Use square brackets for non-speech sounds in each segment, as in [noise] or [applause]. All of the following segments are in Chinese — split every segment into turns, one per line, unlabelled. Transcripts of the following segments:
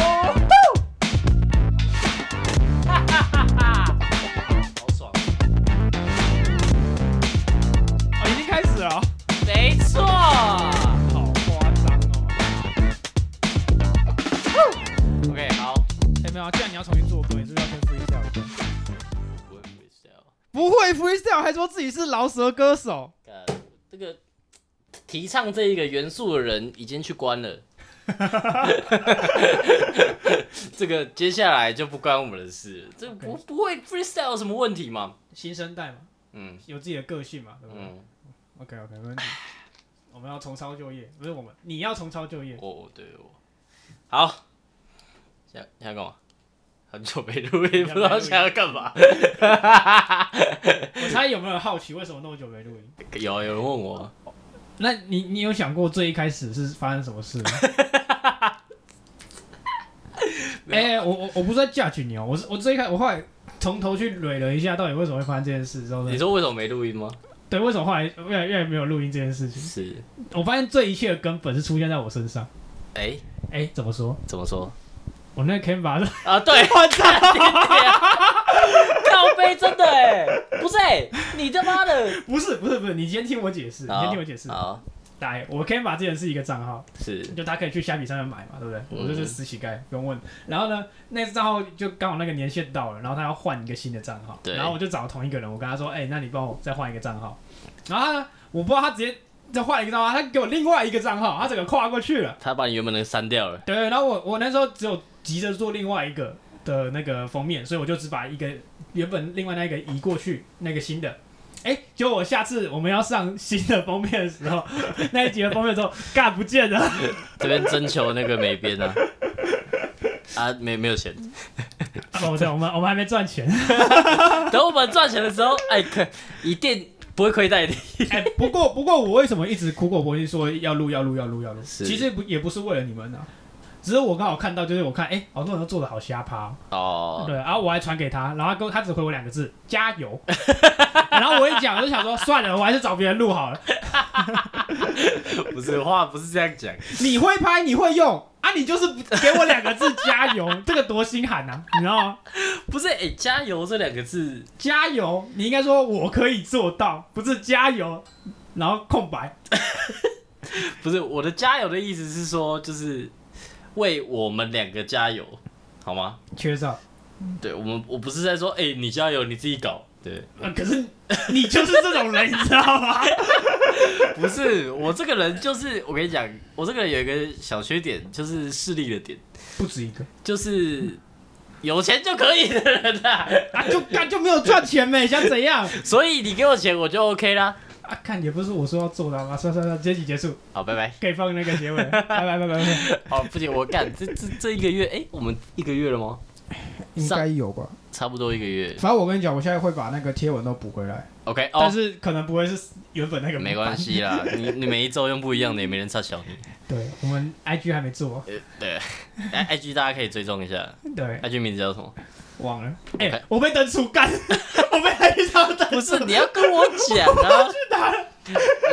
好 [laughs] 爽，
哦，已经开始了，
没错。
好夸张哦！
OK，好，
哎，没有，既然你要重新做歌，你是不是要先 freestyle 一下？
我不会 freestyle。
不会 freestyle 还说自己是饶舌歌手，
干呃这个提倡这一个元素的人已经去关了， [laughs] 这个接下来就不关我们的事了。这个不不会 freestyle 有什么问题吗？
新生代嘛，
嗯
有自己的个性嘛，对不对
嗯，
？OK OK，没问 [laughs] 题。我们要重操旧业，不是我们，你要重操旧业。
我我对我好，想想要干嘛？很久没录
[laughs]
音，不知道想要干嘛。
我哎猜有没有好奇为什么那么久没录音？
[laughs] 有有人问我，
那你你有想过最一开始是发生什么事 [laughs] 吗？哎、我我我不是在 judge 你哦、我是我最一开我后来从头去捋了一下，到底为什么会发生这件事之后呢
你？说为什么没录音吗？
对，为什么后来越来越来没有录音这件事情？
是，
我发现这一切的根本是出现在我身上。
哎、
哎、怎么说？
怎么说？
我那个 Canva 是 [laughs]
啊，对， [laughs] 我操，靠背真的哎，不是哎，你他妈的，
不是不是不是？你先听我解释，你先听我解释。
好，
来，我 Canva 之前是一个账号，
是
就他可以去虾皮上面买嘛，对不对？
嗯
我就是死乞丐，不用问。然后呢，那账号就刚好那个年限到了，然后他要换一个新的账号，
对
然后我就找同一个人，我跟他说，哎、那你帮我再换一个账号。然后他呢，我不知道他直接再换了一个账号，他给我另外一个账号，他整个跨过去了。
他把你原本那个删掉了，
对，然后我我那时候只有急着做另外一个的那个封面，所以我就只把一个原本另外那一个移过去，那个新的。哎，结果我下次我们要上新的封面的时候， [laughs] 那一集的封面的时候，尬不见了。
这边征求那个美编
[laughs]
啊，啊，没没有钱，
哦，对，我们我们还没赚钱。
等我们赚钱的时候，哎，可一定不会亏待你，
哎、不过不过我为什么一直苦口婆心说要录要录要录要录？
是
其实不也不是为了你们啊，只是我刚好看到，就是我看，哎、好多人都做的好瞎趴哦、
哦，
对，然后我还传给他，然后他跟我他只回我两个字加
[laughs]
油，然后我一讲我就想说算了，我还是找别人录好了。
不是话不是这样讲，
你会拍，你会用啊，你就是给我两个字加油，这个多心寒啊，你知道吗？
不是哎，加油这两个字，
加油，你应该说我可以做到，不是加油，然后空白。
不是我的加油的意思是说，就是为我们两个加油，好吗？
缺少，
对我们，我不是在说，哎，你加油，你自己搞，对。
呃可是你就是这种人，你知道吗？
不是，我这个人就是，我跟你讲，我这个人有一个小缺点，就是势利的点，
[laughs] 不止一个
就是有钱就可以的人啦、
啊，就干就没有赚钱 [laughs] 呗，想怎样
[laughs] 所以你给我钱，我就 OK 啦。
啊？看也不是我说要做的啊，算算算，这集结束
好，拜拜。
可以放那个结尾，拜拜拜拜拜拜，
哦，不行，我干这这这一个月，哎、我们一个月了吗？
应该有吧？
差不多一个月。
反正我跟你讲，我现在会把那个贴文都补回来，
OK，
但
哦，
是可能不会是原本那个
没关
版。
系啦，你你每一周用不一样的，也没人差小你。
对我们 IG 还没做，哦
呃，对哎，IG 大家可以追踪一下
对，
，IG 名字叫什么？
忘了。哎、
OK
我被登出
[laughs]
干，我被 IG 上登出
不是，你要跟我讲
[laughs]
啊！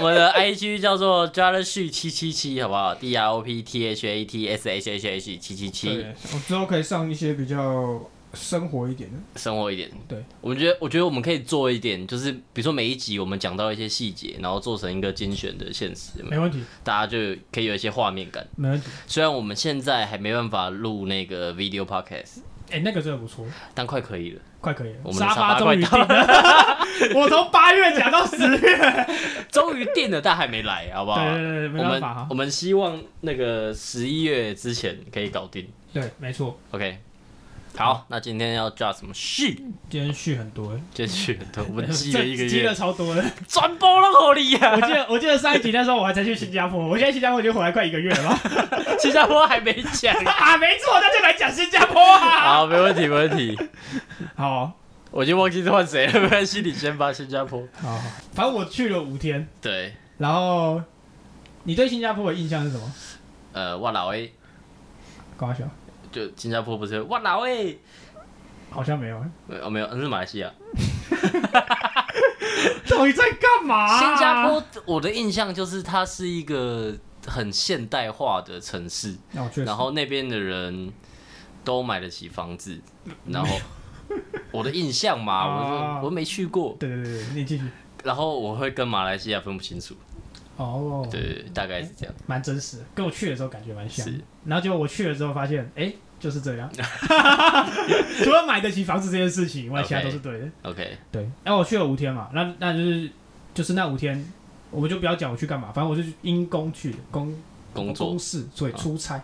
我的 IG 叫做 j a r s h 七七七，好不好？D R O P T H A T S H H H 七七七，
对，我之后可以上一些比较生活一点的。
生活一点。
对，
我觉得，我觉得我们可以做一点，就是比如说每一集我们讲到一些细节，然后做成一个精选的现实，有没
没
有
问题，
大家就可以有一些画面感。
没问题。
虽然我们现在还没办法录那个 video podcast，
哎、那个真的不错，
但快可
[laughs]
以了。
快可以了。
我们的
沙
沙发
终于定了，
[laughs]
我从八月讲到十月。
终于定了，但还没来，好不好？
对对对对没
我
办
们
法哈
我们希望那个十一月之前可以搞定。
对，没错，
OK，好，那今天要 j 什么续？
今天续很多、欸，
就续很多，我们记了一个
这积了
月，
超多 [laughs] 的。
转播了好厉
我
害，
记得我记得上一集那时候我还才去新加坡， [laughs] 我现在新加坡已经回来快一个
[laughs]
月了吧？
新加坡还没讲。
啊，没错，那就来讲新加坡啊。
好，没问题，没问题。
好
我已经忘记是换谁了，没关系，你先吧。新加坡，
好好，反正我去了五天，
对，
然后你对新加坡的印象是什么？
呃，哇老诶，
搞笑。
就新加坡不是哇老诶，
好像没有。
哦，没有，那是马来西亚。
到底在干嘛、啊
新加，坡，我的印象就是它是一个很现代化的城市，
哦，确实
然后那边的人都买得起房
[laughs]
子，然后我的印象嘛，我
啊
是我没去过，
对对对对，你继续。
然后我会跟马来西亚分不清楚，
哦，哎
对，大概是这样，
蛮真实的，跟我去的时候感觉蛮像
是。
然后结果我去了之后发现，哎、就是
[laughs]
这样。 [laughs] 除了买得起房子这件事情以外，其他
OK
都是对的。
OK，
对，然后我去了五天嘛，那那就是就是那五天，我们就不要讲我去干嘛，反正我是因公去的，公
工作
公事，所以
啊
出差。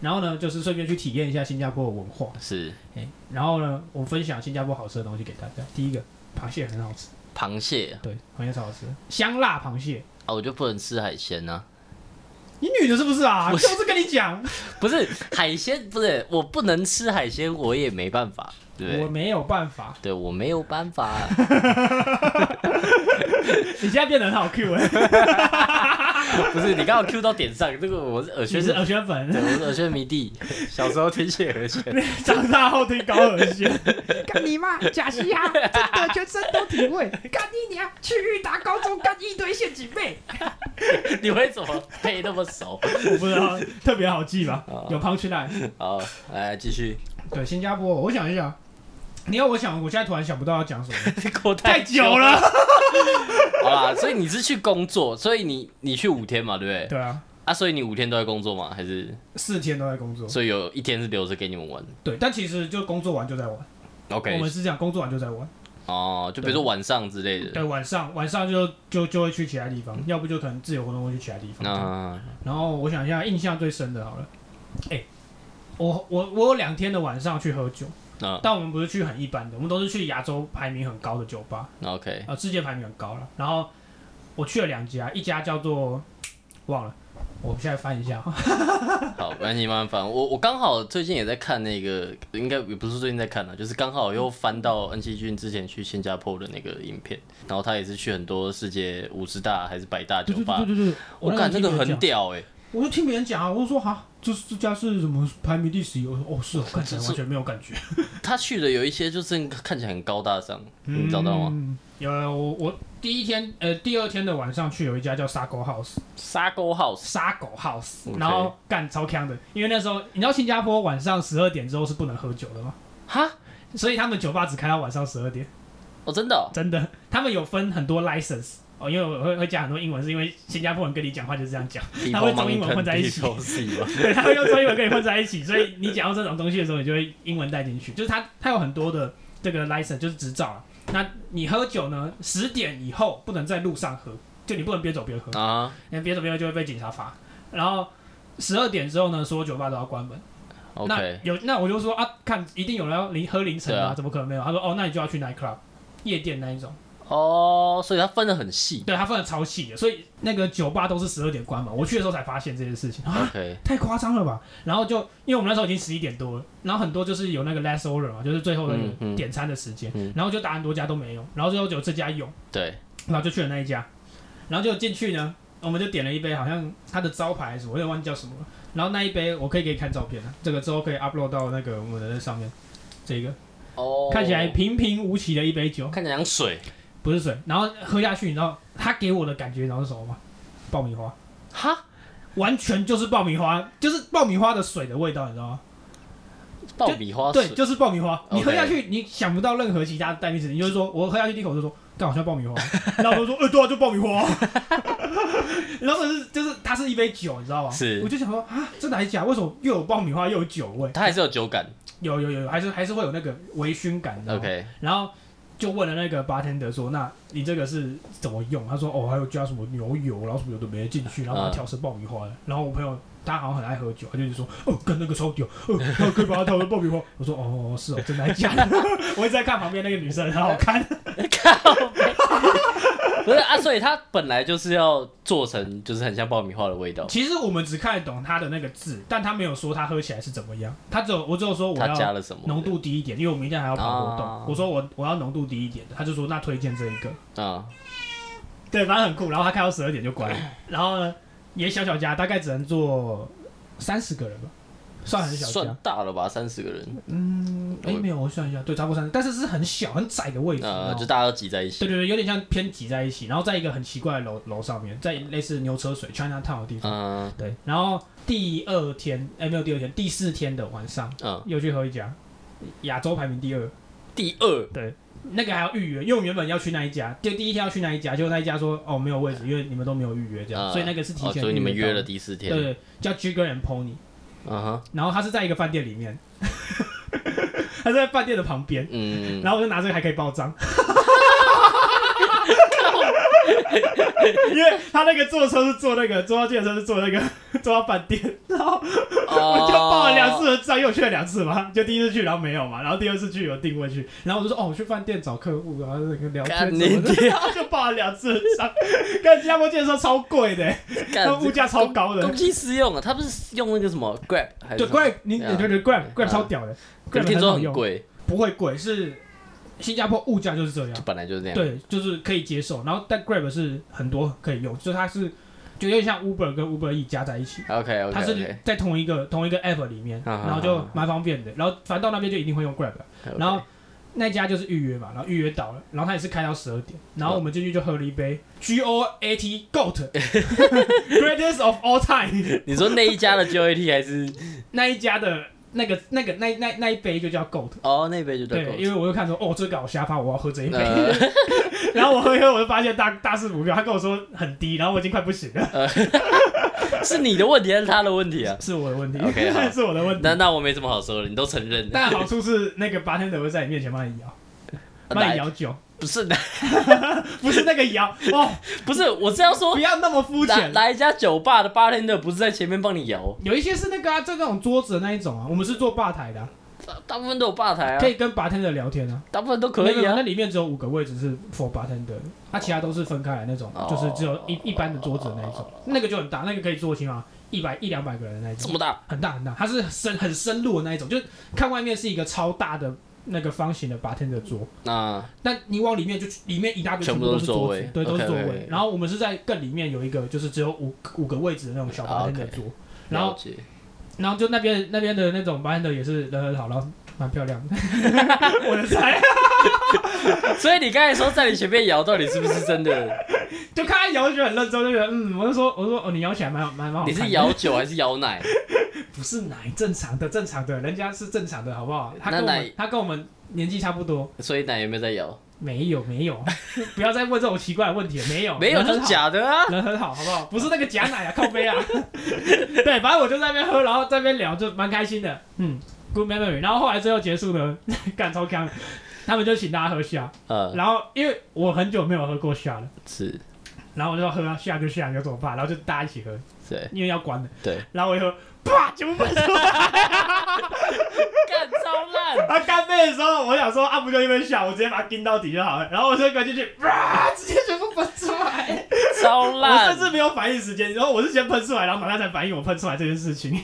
然后呢，就是顺便去体验一下新加坡的文化。
是
哎、然后呢，我分享新加坡好吃的东西给大家。第一个，螃蟹很好吃，
螃蟹
对，螃蟹超好吃，香辣螃蟹。
啊，我就不能吃海鲜啊呢、
你女的是不是啊？
不
就是是跟你讲，
不是海鲜，不是我不能吃海鲜，我也没办法，对不对？
我没有办法。
对我没有办法，啊
你现在变得很好 Q 哎、
[laughs] 不是你刚好 Q 到点上，这个我是耳
你
圈
是耳圈粉，
对，我是耳炫迷弟，小时候听谢和弦，
[laughs] 长大后听高耳线，干你妈，假嘻哈，真的全身都体味，干你娘，去裕达高中干一堆陷阱妹，
你为什么背那么熟？
我不知道，特别好记吧
啊，
有 punch line。
好，来继
[laughs]
续，
对，新加坡，我想一想，你要我想，我现在突然想不到要讲什么，
过
太久。了。
[laughs] 好啦，所以你是去工作，所以你你去五天嘛， [laughs] 对不对？
对啊，
啊，所以你五天都在工作吗？还是
四天都在工作，
所以有一天是留着给你们玩
对，但其实就工作完就在玩，我
？OK，
们是这样，工作完就在玩，
哦，就比如说晚上之类的。
对，晚上晚上就就就会去其他地
嗯
方，要不就可能自由活动会去其他地方。
那
然后我想一下，印象最深的好了，哎、我我我有两天的晚上去喝酒，
那
但我们不是去很一般的，我们都是去亚洲排名很高的酒吧，
那 OK，
呃，世界排名很高了。然后我去了两家，一家叫做忘了，我现在翻一
[laughs]
下，
好，没关系，慢慢翻。我我刚好最近也在看那个，应该也不是最近在看了，就是刚好又翻
嗯
到恩熙俊之前去新加坡的那个影片，然后他也是去很多世界五十大还是百大酒吧，
对对，
我
感
感那个很，屌哎、
我就听别人讲啊，我就说哈，这这家是什么排名第十一，我说哦
[laughs]
是哦，看起来
这
完全没有感觉，
他去的有一些就是看起来很高大上，你找到吗？
吗？有有我我第一天呃第二天的晚上去有一家叫沙沟 house。
沙沟 house
杀狗 house，
OK
然后干超强的，因为那时候你知道新加坡晚上十二点之后是不能喝酒的吗？
哈，
所以他们酒吧只开到晚上十二点，
哦真的哦、
真的，他们有分很多 license 哦，因为我会会讲很多英文，是因为新加坡人跟你讲话就是这样讲，他会中英文混在一起
People mountain, people sea 嘛
对，他会用中英文跟你混在一起，所以你讲到这种东西的时候，你就会英文带进去，就是他他有很多的这个 license 就是执照啊。那你喝酒呢，十点以后不能在路上喝，就你不能边走边喝，
啊，
你边走边喝就会被警察罚。然后十二点之后呢，所有酒吧都要关门。
OK，
[laughs] 那有那我就说啊，看一定有人要凌喝凌晨
对
啊
啊，
怎么可能没有？他说哦，那你就要去 night club 夜店那一种，
哦，所以他分的很细
对他分的超细的，所以那个酒吧都是十二点关门。我去的时候才发现这件事情啊，
，OK，
太夸张了吧？然后就因为我们那时候已经十一点多了，然后很多就是有那个 last order 嘛，就是最后的
嗯嗯
点餐的时间，
嗯
然后就打很多家都没有，然后最后只有这家有，
对，
然后就去了那一家，然后就进去呢，我们就点了一杯，好像它的招牌是，我有点忘记叫什么了。然后那一杯我可以给你看照片了，这个之后可以 upload 到那个我们的那上面。这个
哦，
看起来平平无奇的一杯酒，
看起来像水，
不是水。然后喝下去，你知道它给我的感觉，你知道是什么吗？爆米花，
哈，
完全就是爆米花，就是爆米花的水的味道，你知道吗？
爆米花
对，
水，
就是爆米花。你
哦 OK
喝下去，你想不到任何其他的代名词，你就是说我喝下去第一口就说，但好像爆米花。 [laughs] 然后我就说，呃、对啊，就爆米花。 [laughs] 然后就是就是它是一杯酒，你知道吗？
是
我就想说啊，真的还是假的？为什么又有爆米花又有酒味？
它还是有酒感
有有有有，还是还是会有那个微醺感的。
，OK， [laughs]
然后就问了那个 bartender 说，那你这个是怎么用？他说哦，还有加什么牛油，然后什么有的没的进去，
啊
然后把它调成爆米花的。然后我朋友他好像很爱喝酒，他就是说哦，跟那个超屌，哦，然后可以把它调成爆米花。我说哦，是哦，真的还假的？ [laughs] 我一直在看旁边那个女生，很好看。
不是啊，所以它本来就是要做成就是很像爆米花的味道，
其实我们只看得懂他的那个字，但他没有说他喝起来是怎么样，他只有我只有说我
它加
要
了什么
浓度低一点，因为我明天还要跑活动。
啊
我说我我要浓度低一点的，他就说那推荐这一个。
啊，
对，反正很酷。然后他开到十二点就关了，然后呢也小小家，大概只能坐三十个人吧，算很小
算
家。
大了吧，三十个人，
嗯，哎、
我
没有，我算一下，对，差不多三十，但是是很小很窄的位置。
呃，
然后
就大家都挤在一起。
嗯对对对，有点像偏挤在一起，然后在一个很奇怪的楼楼上面，在类似牛车水 China Town 的地方。
嗯
对，然后第二天，哎、没有第二天，第四天的晚上
嗯，
又去喝一家，亚洲排名第二，
第二，
那个还要预约，因为我们原本要去那一家，就第一天要去那一家，结果那一家说哦没有位置，因为你们都没有预约这
嗯
样，所以那个是提
哦，
前、
所以你们约了，第四
对
天，
对，叫 Jigger and Pony，
嗯哼，
然后他是在一个饭店里面， [laughs] 他在饭店的旁边，
嗯，
[laughs] 然后我就拿这个还可以
[laughs]
报账。因为他那个坐车是坐那个，坐到计程车是坐那个， [laughs] 坐到饭店，然后我就报了两次的账，因为我去了两次嘛，就第一次去然后没有嘛，然后第二次去有定位去，然后我就说哦，我去饭店找客户，然后那个聊天
哦干
什么的
你，
[laughs]
爹
然后就报了两次的账，看新加坡计程车超贵的，
[laughs] 干，
它物价超高的
公，公器私用啊，他不是用那个什么 Grab 还是
对
什么
Grab，你
对啊
对对 Grab
对
Grab
啊
超屌的
可
，Grab
是听说
好
很
用，
贵，
不会贵，是新加坡物价就是这样
就。本来就是这样。，
对，就是可以接受。然后但 Grab 是很多可以用，就它是就有点像 Uber 跟 Uber E 加在一起，
OK OK
它是
OK，
在同一个同一个 App 里面，
啊啊啊
然后就蛮方便的。然后反正到那边就一定会用 Grab，了然后那家就是预约嘛，然后预约到了，然后它也是开到十二点，然后我们进去就喝了一杯 G O A T
[laughs]
Goat [laughs] Greatest of All Time
你说那一家的 GOT 还是
那一家的那个那个那那那一杯就叫 Goat。
哦那杯就对
对，
够
因为我就看说，哦，这个好瞎发，我要喝这一杯。
呃， [laughs]
然后我喝一喝，我就发现大大师股票，他跟我说很低，然后我已经快不行了， [laughs]
是你的问题还是他的问题啊？
是我的问题
OK，好
[laughs] 是我的问题
那。那我没什么好说的，你都承认啊了。
但好处是那个 bartender 会在你面前帮你摇，帮你
来，
摇酒， [laughs]
不是 [laughs]
不是那个摇哦，
不是，我是要说
不，要那么肤
来
浅。
来一家酒吧的 bartender 不是在前面帮你摇，
有一些是那个啊，就那种桌子的那一种啊，我们是做吧台的啊、
大大部分都有吧台啊
可，以跟 bartender 聊天啊。
大部分都可
没
以
有
啊
那。里面只有五个位置是 for bartender，的它其他都是分开来那种，
哦
就是只有一一般的桌子的那一种，那个就很大，那个可以坐起码一百一两百个人的那一
这
种
么。大，
很大很大，它是深很深入的那一种，就是看外面是一个超大的那个方形的 bartender 桌，
那
但你往里面就里面一大堆
全部
部
都
都
是
是桌
座
子
位
对，都是
OK，
座位。
OK，OK
然后我们是在更里面有一个就是只有五五个位置的那种小
啊，OK
bartender 桌，然后
了解
然后就那边那边的那种 bartender 也是人很好，然后蛮漂亮的， [laughs] 我的菜，
所以你刚才说在你前面摇，到底是不是真
[laughs]
的？
就看他摇就觉得很认真，就觉得嗯，我就说我就说哦，你摇起来蛮好蛮蛮好
你
看的，
是摇酒还是摇奶？
不是奶正常的正常的，人家是正常的好不好？他
那
跟我
奶
们他跟我们年纪差不多。
所以奶有没有在摇？
没有没有， [laughs] 不要再问这种奇怪的问题了。没有
没有，
人
就
很
是
好，
假的啊。
人很好，好不好？不是那个假奶啊，靠背啊。 [laughs] 对，反正我就在那边喝，然后在那边聊，就蛮开心的。嗯，good memory。然后后来最后结束呢， [laughs] 干超强，他们就请大家喝下。
呃，
然后因为我很久没有喝过下了，
是，
然后我就喝啊下就下，有怎么办？然后就大家一起喝，
对
因为要关了。
对，
[laughs] 然后我一喝，啪，全部喷出来。
干超烂，
他干杯的时候，我想说啊，不就一杯下，我直接把它盯到底就好了。然后我就跟进去，哇，直接全部喷出来。
超
我
烂
甚，至没有反应时间，然后我是先喷出来，然后马上才反应我喷出来这件事情。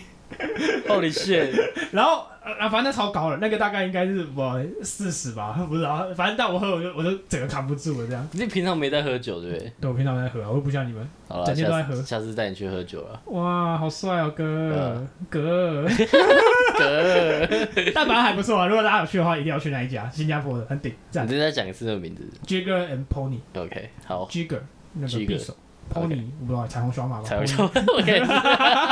Holy shit！
然后呃啊，反正那超高了，那个大概应该是我四十吧，不知道。反正但我喝，我就我就整个扛不住了这样。
你平常没在喝酒对不对？
对我平常在喝啊，我又不像你们。
好了，
整天都在
下
喝
次下次带你去喝酒啊了。
哇，好帅哦，哥
嗯
哥！
[laughs] 哥，
[laughs] 但反正还不错啊。如果大家有去的话，一定要去那一家，新加坡的，很顶，赞
你。正在讲一次这个名字
Jigger and Pony，Jigger
，OK？好，
哦那个
Jigger
匕首，Pony 我不知道彩虹小马吧？
才会
Pony
[laughs] 笑。OK，
[laughs]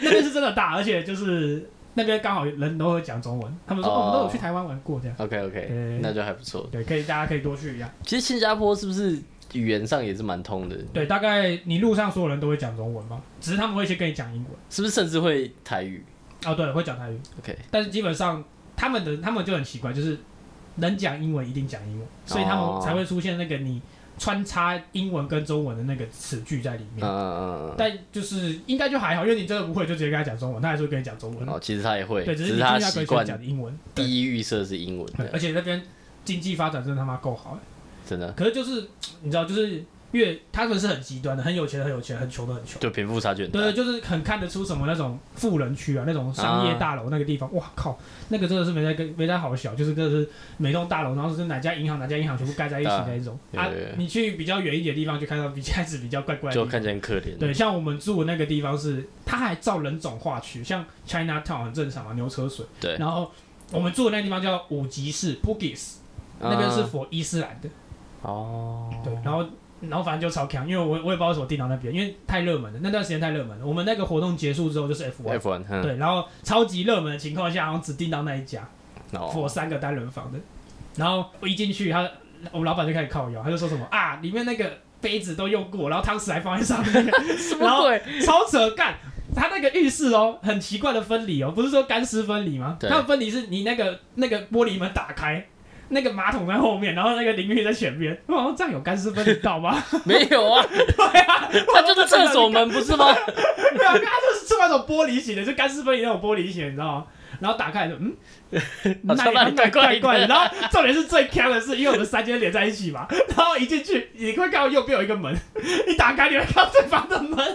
那边是真的大，而且就是那边刚好人都会讲中文，他们说
哦
哦，我们都有去台湾玩过这样。
OK OK，
[laughs] 嗯
那就还不错。
对，可以，大家可以多去一下。
其实新加坡是不是语言上也是蛮通的？
对，大概你路上所有人都会讲中文嘛，只是他们会先跟你讲英文。
是不是甚至会台语
哦，对，会讲台语，
？OK，
但是基本上他们的他们就很奇怪，就是能讲英文一定讲英文，所以他
哦
们才会出现那个你穿插英文跟中文的那个词句在里
嗯
面。
嗯嗯嗯
但就是应该就还好，因为你真的不会，就直接跟他讲中文，他还是会跟你讲中
嗯。
文。
哦，其实他也会，
对，只
只
是你
是
尽
他
量可
习
以跟他
惯
讲英文。对，
第一预设是英文
对
的，
而且那边经济发展真的他妈够好了。欸
真的。
可是就是你知道，就是越他们是很极端的，很有钱的很有钱，很穷的很穷。
就贫富差距很大。
对，就是很看得出什么那种富人区啊，那种商业大楼那个地方，哇靠，那个真的是没在跟没在好小，就是真的是每栋大楼，然后是哪家银行哪家银行全部盖在一起
啊
那一种
对
啊
对对。
你去比较远一点的地方，就看到比 [laughs] 开始比较怪怪的
就
地方。
看起来很可怜。
对，像我们住的那个地方是，它还照人种划区，像 China Town 很正常嘛，牛车水。
对，
然后我们住的那地方叫五级市 Bugis，那边是
啊
佛伊斯兰的。
哦，
对，然后然后反正就超强，因为我我也不知道为什么定到那边，因为太热门了，那段时间太热门了。我们那个活动结束之后就是 F1，
F 1嗯，
对，然后超级热门的情况下，好像只订到那一家，付我
哦，
三个单人房的。然后我一进去，他我们老板就开始靠腰，他就说什么啊，里面那个杯子都用过，然后汤匙还放在上面，然后
对，
超扯干。他那个浴室哦，很奇怪的分离哦，不是说干湿分离吗？
对
它的分离是你那个那个玻璃门打开，那个马桶在后面，然后那个淋浴在前面。我好像这样有干湿分离到吗？
没有啊，
[laughs] 对啊，
它就是厕所门不
[laughs]
是吗？
没有，它啊就是出那种玻璃型的，就干湿分离那种玻璃型，你知道吗？然后打开 [laughs] 就嗯，
好像那里怪怪的
的。然后重点是最坑的是，因为我们三间连在一起嘛，然后一进去你会看到右边有一个门，你打开你会看到对方的门，你会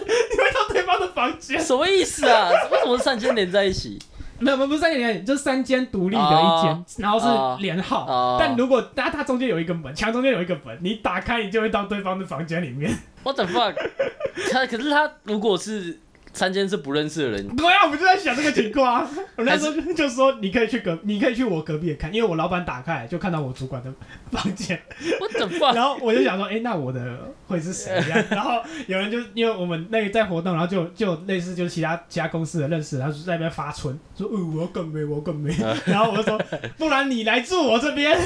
到对方的房间。
什么意思啊？为什么三间连在一起？
没有，不不是三间连，就是三间独立的一间，
哦
然后是连号。
哦
但如果那它中间有一个门，墙中间有一个门，你打开你就会到对方的房间里面。
What the fuck？他可是他如果是三间是不认识的人，
对啊，我们就在想这个情况、啊。我那时候就就说你可以去隔，你可以去我隔壁的看，因为我老板打开来就看到我主管的房间，
我怎么办？
然后我就想说，哎、那我的会是谁呀、然后有人就因为我们那个在活动，然后就就类似就是其他其他公司的认识的，他就在那边发春，说，哦、我更没，我更没。然后我就说，不然你来住我这边，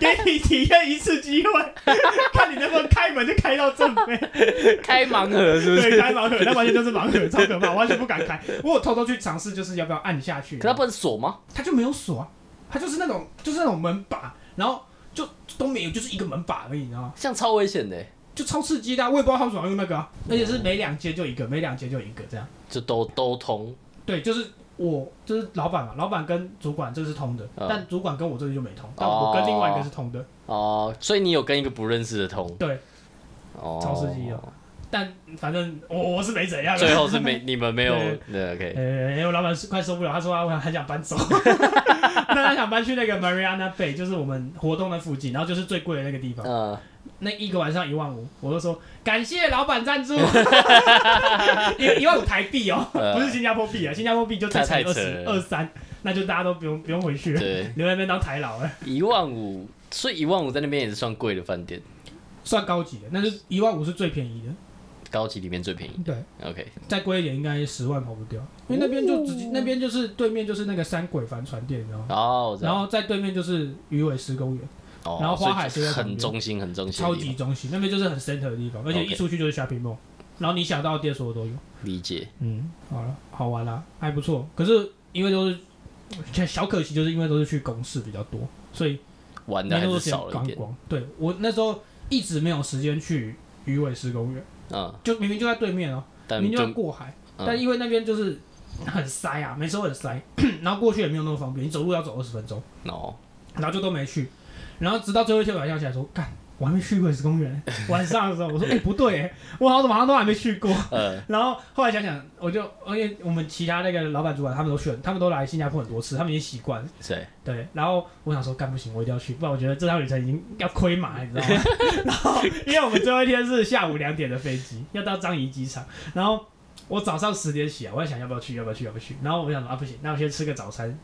给你体验一次机会， [laughs] 看你能不能开门就开到正面。
开盲盒是不
对，啊
是？
开盲盒，那完全就是盲盒，超可怕，我完全不敢开。我有偷偷去尝试，就是要不要按下去，
可他不能锁吗？
它就没有锁、啊，它就是那种就是那种门把，然后就都没有，就是一个门把而已，你知道吗？
这样超危险的欸，
就超刺激的啊、我也不知道他们怎么用那个啊、而且是每两节就一个，每两节就一个这样。
就都都通
对，就是我就是老板嘛，老板跟主管这是通的，
嗯
但主管跟我这里就没通，但我跟另外一个是通的。
哦，所以你有跟一个不认识的通，
对，
哦，
超刺激的但反正我我是没怎样的。啊
最后是没 [laughs] 你们没有
对
对 OK，
呃、因为我老板是快受不了，他说他很想搬走， [laughs] 但他想搬去那个 Mariana Bay，就是我们活动的附近，然后就是最贵的那个地方，
嗯，
那一个晚上一万五，我就说感谢老板赞助，一一万五台币哦、
呃
[laughs] 不是新加坡币啊，新加坡币就再乘
太
二
太扯
十
了
二三，那就大家都不用不用回去了，
对，
留在那边当台老了，
一万五，所以一万五在那边也是算贵的饭店，
算高级的，那就一万五是最便宜的，
高级里面最便宜。
对，
OK，
再贵一点应该十万跑不掉，因为那边就直接、那边就是对面就是那个山鬼帆船店，你知道吗？
哦，我知道
然后在对面就是鱼尾狮公园，
哦
然后花海
所以
就在旁
很
边
中心，很中心
超
的地
级
方，
中心，那边就是很 center 的地方，而且
OK
一出去就是 shopping mall，然后你想到的店所有都有。
理解。
嗯，好了，好玩啦，还不错。可是因为都是小小可惜，就是因为都是去公事比较多，所以
玩的
没
还
多
是
时间
少了一
观
点。
光。对我那时候一直没有时间去鱼尾狮公园，
嗯，
就明明就在对面哦、
但
明明就
就
要过海，但
嗯
因为那边就是很塞啊，每次都很塞， [clears throat] 然后过去也没有那么方便，你走路要走二十分钟。
哦，
然后就都没去，然后直到最后一天晚上起来说，干，我还没去过石公园。 [laughs] 晚上的时候我说，哎、不对、欸，我好像好像都还没去过。 [laughs]
呃，
然后后来想想，我就因为我们其他那个老板主管他们都选，他们都来新加坡很多次，他们已经习惯了。
谁？
对，然后我想说，干不行，我一定要去，不然我觉得这趟旅程已经要亏马，你知道吗？ [laughs] 然后因为我们最后一天是下午两点的飞机，要到樟宜机场，然后我早上十点起来，我在想要不要去，要不要去，要不要去。然后我想说啊，不行，那我先吃个早餐，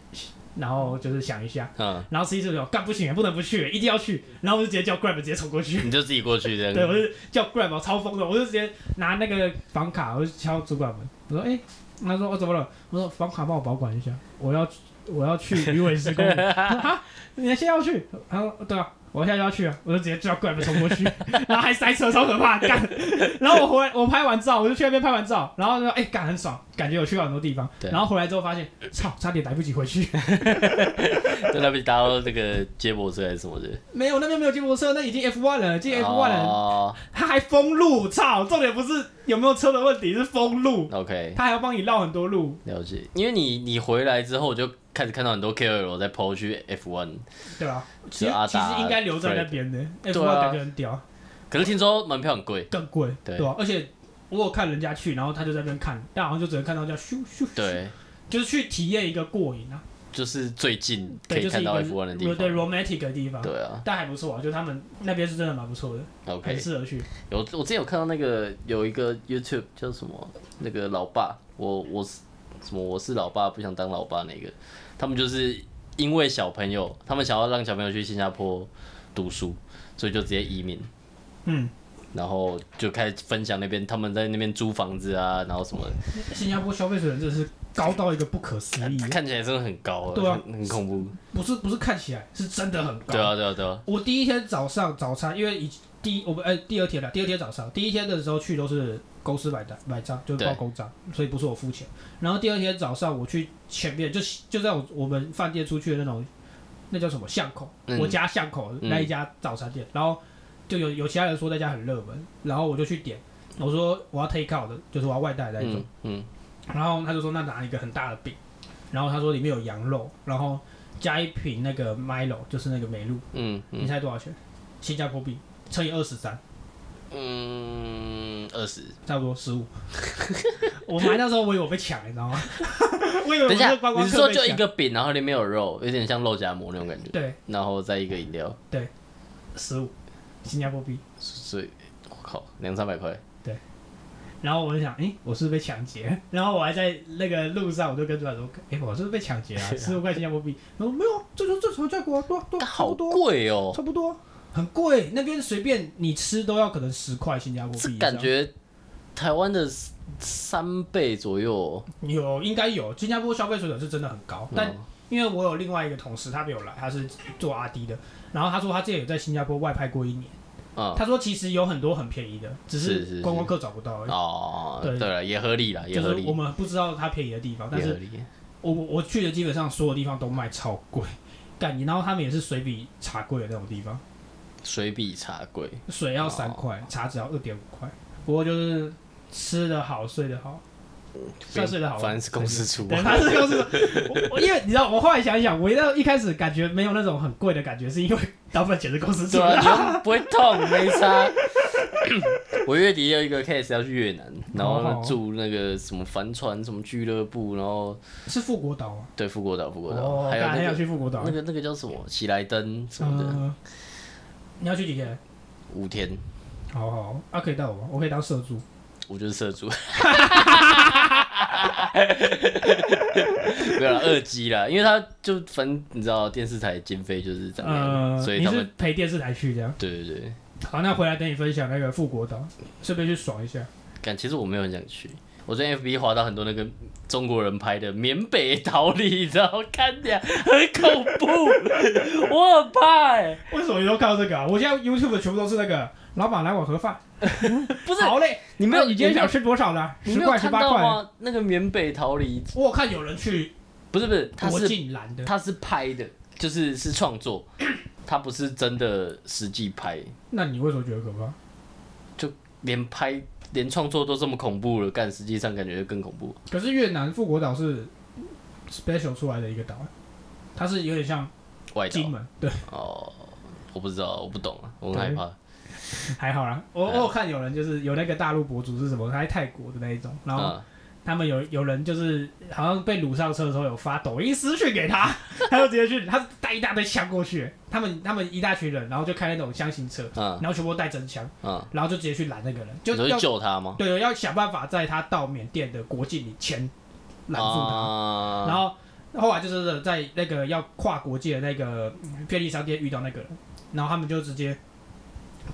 然后就是想一下。
嗯，
然后司机就说干不行，不能不去，一定要去。然后我就直接叫 Grab 直接冲过去，
你就自己过去这样。
对我就叫 Grab 我超疯的，我就直接拿那个房卡，我就敲主管门，我说哎、他说我、怎么了？我说房卡帮我保管一下，我要我要去鱼尾狮公园。他说哈，你现在要去？他说对啊。我现在就要去啊！我就直接叫 Grab 冲过去， [laughs] 然后还塞车，超可怕，干！然后我回来，我拍完照，我就去那边拍完照，然后就说：“哎、干很爽，感觉有去到很多地方。”
对
然后回来之后发现，操，差点来不及回去。
在那边搭到那个接驳车还是什么的。
没有，那边没有接驳车，那已经 F1 了，进 F1 了。
哦
他还封路，操！重点不是有没有车的问题，是封路，
，OK，
他还要帮你绕很多路。
了解。因为你你回来之后，我就开始看到很多 KOL 在 PO 去 F1，
对吧？其
是
实
阿
其
达
实应该留在那边的，F1
对啊
感觉很屌。
可是听说门票很贵，
更贵，
对
对吧、而且我有看人家去，然后他就在那边看，但好像就只能看到这样咻咻咻，，
对，
就是去体验一个过瘾啊，
就是最近可
对，
以
就是
看
一
到
个
F1 的地
对
方。
romantic 的地方，
对啊
但还不错啊，就他们那边是真的蛮不错的，
，OK，
很适合去。
有我之前有看到那个有一个 YouTube 叫什么那个老爸，我我是什么我是老爸不想当老爸那个，他们就是因为小朋友，他们想要让小朋友去新加坡读书，所以就直接移民，
嗯，
然后就开始分享那边他们在那边租房子啊，然后什么的，
新加坡消费水准真的是高到一个不可思议，啊
看起来真的很高，
对啊
很很恐怖，
不是不是看起来是真的很高。
对啊对啊对啊，
我第一天早上早餐，因为以第一我们哎、第二天了，第二天早上，第一天的时候去都是公司买单买账，就是报
对
公账，所以不是我付钱。然后第二天早上我去前面，就就在我我们饭店出去的那种，那叫什么巷口，
嗯
我家巷口那一家早餐店，然后就有有其他人说那家很热门，然后我就去点，我说我要 take out 的，就是我要外带的那一种。
嗯嗯，
然后他就说那拿一个很大的饼，然后他说里面有羊肉，然后加一瓶那个 Milo，就是那个美露。
嗯
你
嗯
猜多少钱？新加坡币乘以二十三，
嗯，二十。
差不多十
[laughs]
五。我买那时候我以为我被抢，你知道吗？我以为我
等一下，
是观光
你是
客
说
被
就一
抢。
个饼，然后里面有肉，有点像肉夹馍那种感觉，
对，
然后再一个饮料，
十五新加坡币。
所以我靠，两三百块，
然后我就想，诶，我是不是被抢劫？然后我还在那个路上，我就跟主管说，诶，我是不是被抢劫啊？十五块新加坡币。然后没有，这就正常价格啊，多多
但
差
好
不多，
贵哦、
差不多，很贵。那边随便你吃都要可能十块新加坡币以
这
上，
感觉台湾的三倍左右哦、
有应该有。新加坡消费水准是真的很高，但
嗯
因为我有另外一个同事，他没有来，他是做阿 D 的。然后他说他之前有在新加坡外派过一年，
嗯
他说其实有很多很便宜的，只
是是
是
是
观光客找不到而已。
哦，
对
对了，也合理啦，也合
就是
理，
我们不知道它便宜的地方，但
也合
是
理，
我我我去的基本上所有地方都卖超贵，干你，然后他们也是水比茶贵的那种地方，
水比茶贵，
水要三块，茶只要二点五块。不过就是吃的好，睡得好，算睡得好吧，
反正是公司出
对，
啊，
他是公司。我 [laughs] 我因为你知道，我后来想一想，我到一开始感觉没有那种很贵的感觉，是因为大部分钱是公司出
对啊，
[laughs] 的。
你又不会痛，没
[laughs]
差。我月底有一个 case 要去越南，然后呢
哦
住那个什么帆船什么俱乐部，然后
是富国岛啊，
对富国岛，富国岛，
哦，
还有
干很
那
想
个
去富国岛
那。个那个叫什么喜来登什么的，
嗯，你要去几天？
五天，
好好，啊，可以带我吗？我可以当社助。
我就是社
[laughs]
畜。没有啦，二级啦，因为他就反正你知道电视台经费就是这样，
呃，
所以
你
他
是
们
陪电视台去这样。
对对对，
好，那回来等你分享那个富国岛，顺便去爽一下。
感其实我没有很想去。我最近 FB 滑到很多那个中国人拍的缅北逃离， [laughs] 你知道，看起来很恐怖，我很怕哎、
为什么你都看到这个啊？我现在 YouTube 全部都是那个老板来我盒饭，
不是
好嘞。
你没有
那你今天
你没有
想吃多少呢？
你
十
没有
块、十
看
八
到
块。
吗？那个缅北逃离，
我有看有人去
不是不是，他
国
是
境蓝的，
他是拍的，就是是创作，他不是真的实际拍，
那你为什么觉得可怕？
连拍连创作都这么恐怖了，干实际上感觉就更恐怖。
可是越南富国岛是 special 出来的一个岛，它是有点像
外岛
金门，对，
哦，我不知道，我不懂啊，我很害怕。
还好啦。我我有看有人就是有那个大陆博主是什么，他在泰国的那一种，然后
嗯，
他们有有人就是好像被掳上车的时候有发抖音私讯给他， [laughs] 他就直接去，他带一大堆枪过去，他们他们一大群人，然后就开那种箱型车，
嗯
然后全部都带真枪，
嗯，
然后就直接去拦那个人，就
你说
要
去救他吗？
对要想办法在他到缅甸的国境里前拦住他。
啊，
然后后来就是在那个要跨国界的那个嗯便利商店遇到那个人，然后他们就直接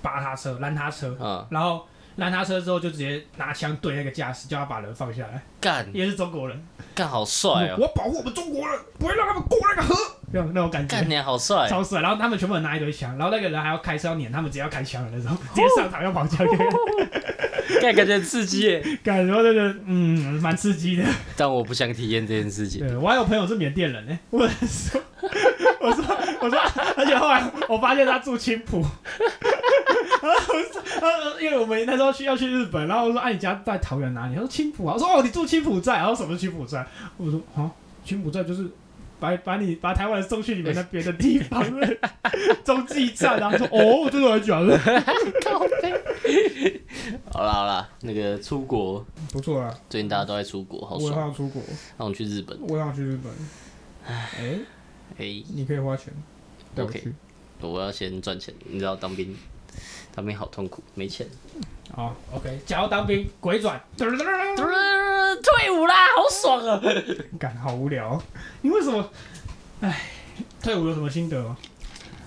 扒他车、拦他车，
嗯，
然后拦他车之后就直接拿枪对那个驾驶，叫他把人放下来，
干
也是中国人，
干好帅嗯哦，
我保护我们中国人，不会让他们过那个河，那种那种感
干
觉。
你好帅，
超帅，然后他们全部人拿一堆枪，然后那个人还要开车要撵他们，直接要开枪的那种，直接上场要跑枪给人，
干感觉很刺激耶，
感觉那个嗯蛮刺激的。
[laughs] 但我不想体验这件事情。
对我还有朋友是缅甸人呢、欸我说， [laughs] 我说，我说，而且后来我发现他住青浦， [laughs] 然后我说呃因为我们那时候去要去日本，然后我说，啊，你家在桃哦园哪里？他说青浦啊，我说哦，你住青浦寨，然后什么是青浦寨？我说啊，青浦寨就是把把你把台湾人送去你们那别的地方 [laughs] 中继站，然后说哦，真的很假的，
好啦好啦，那个出国，
不错啊，
最近大家都在出国，好
我也
爽。
想出国，
那我们去日本，
我也想去日本，哎，
嘿，
你可以花钱带我
OK
去，
我要先赚钱，你知道当兵，当兵好痛苦，没钱。
好，OK，假哦如当兵鬼转，
退伍啦，好爽啊！
感好无聊哦，你为什么？哎，退伍有什么心得吗？哦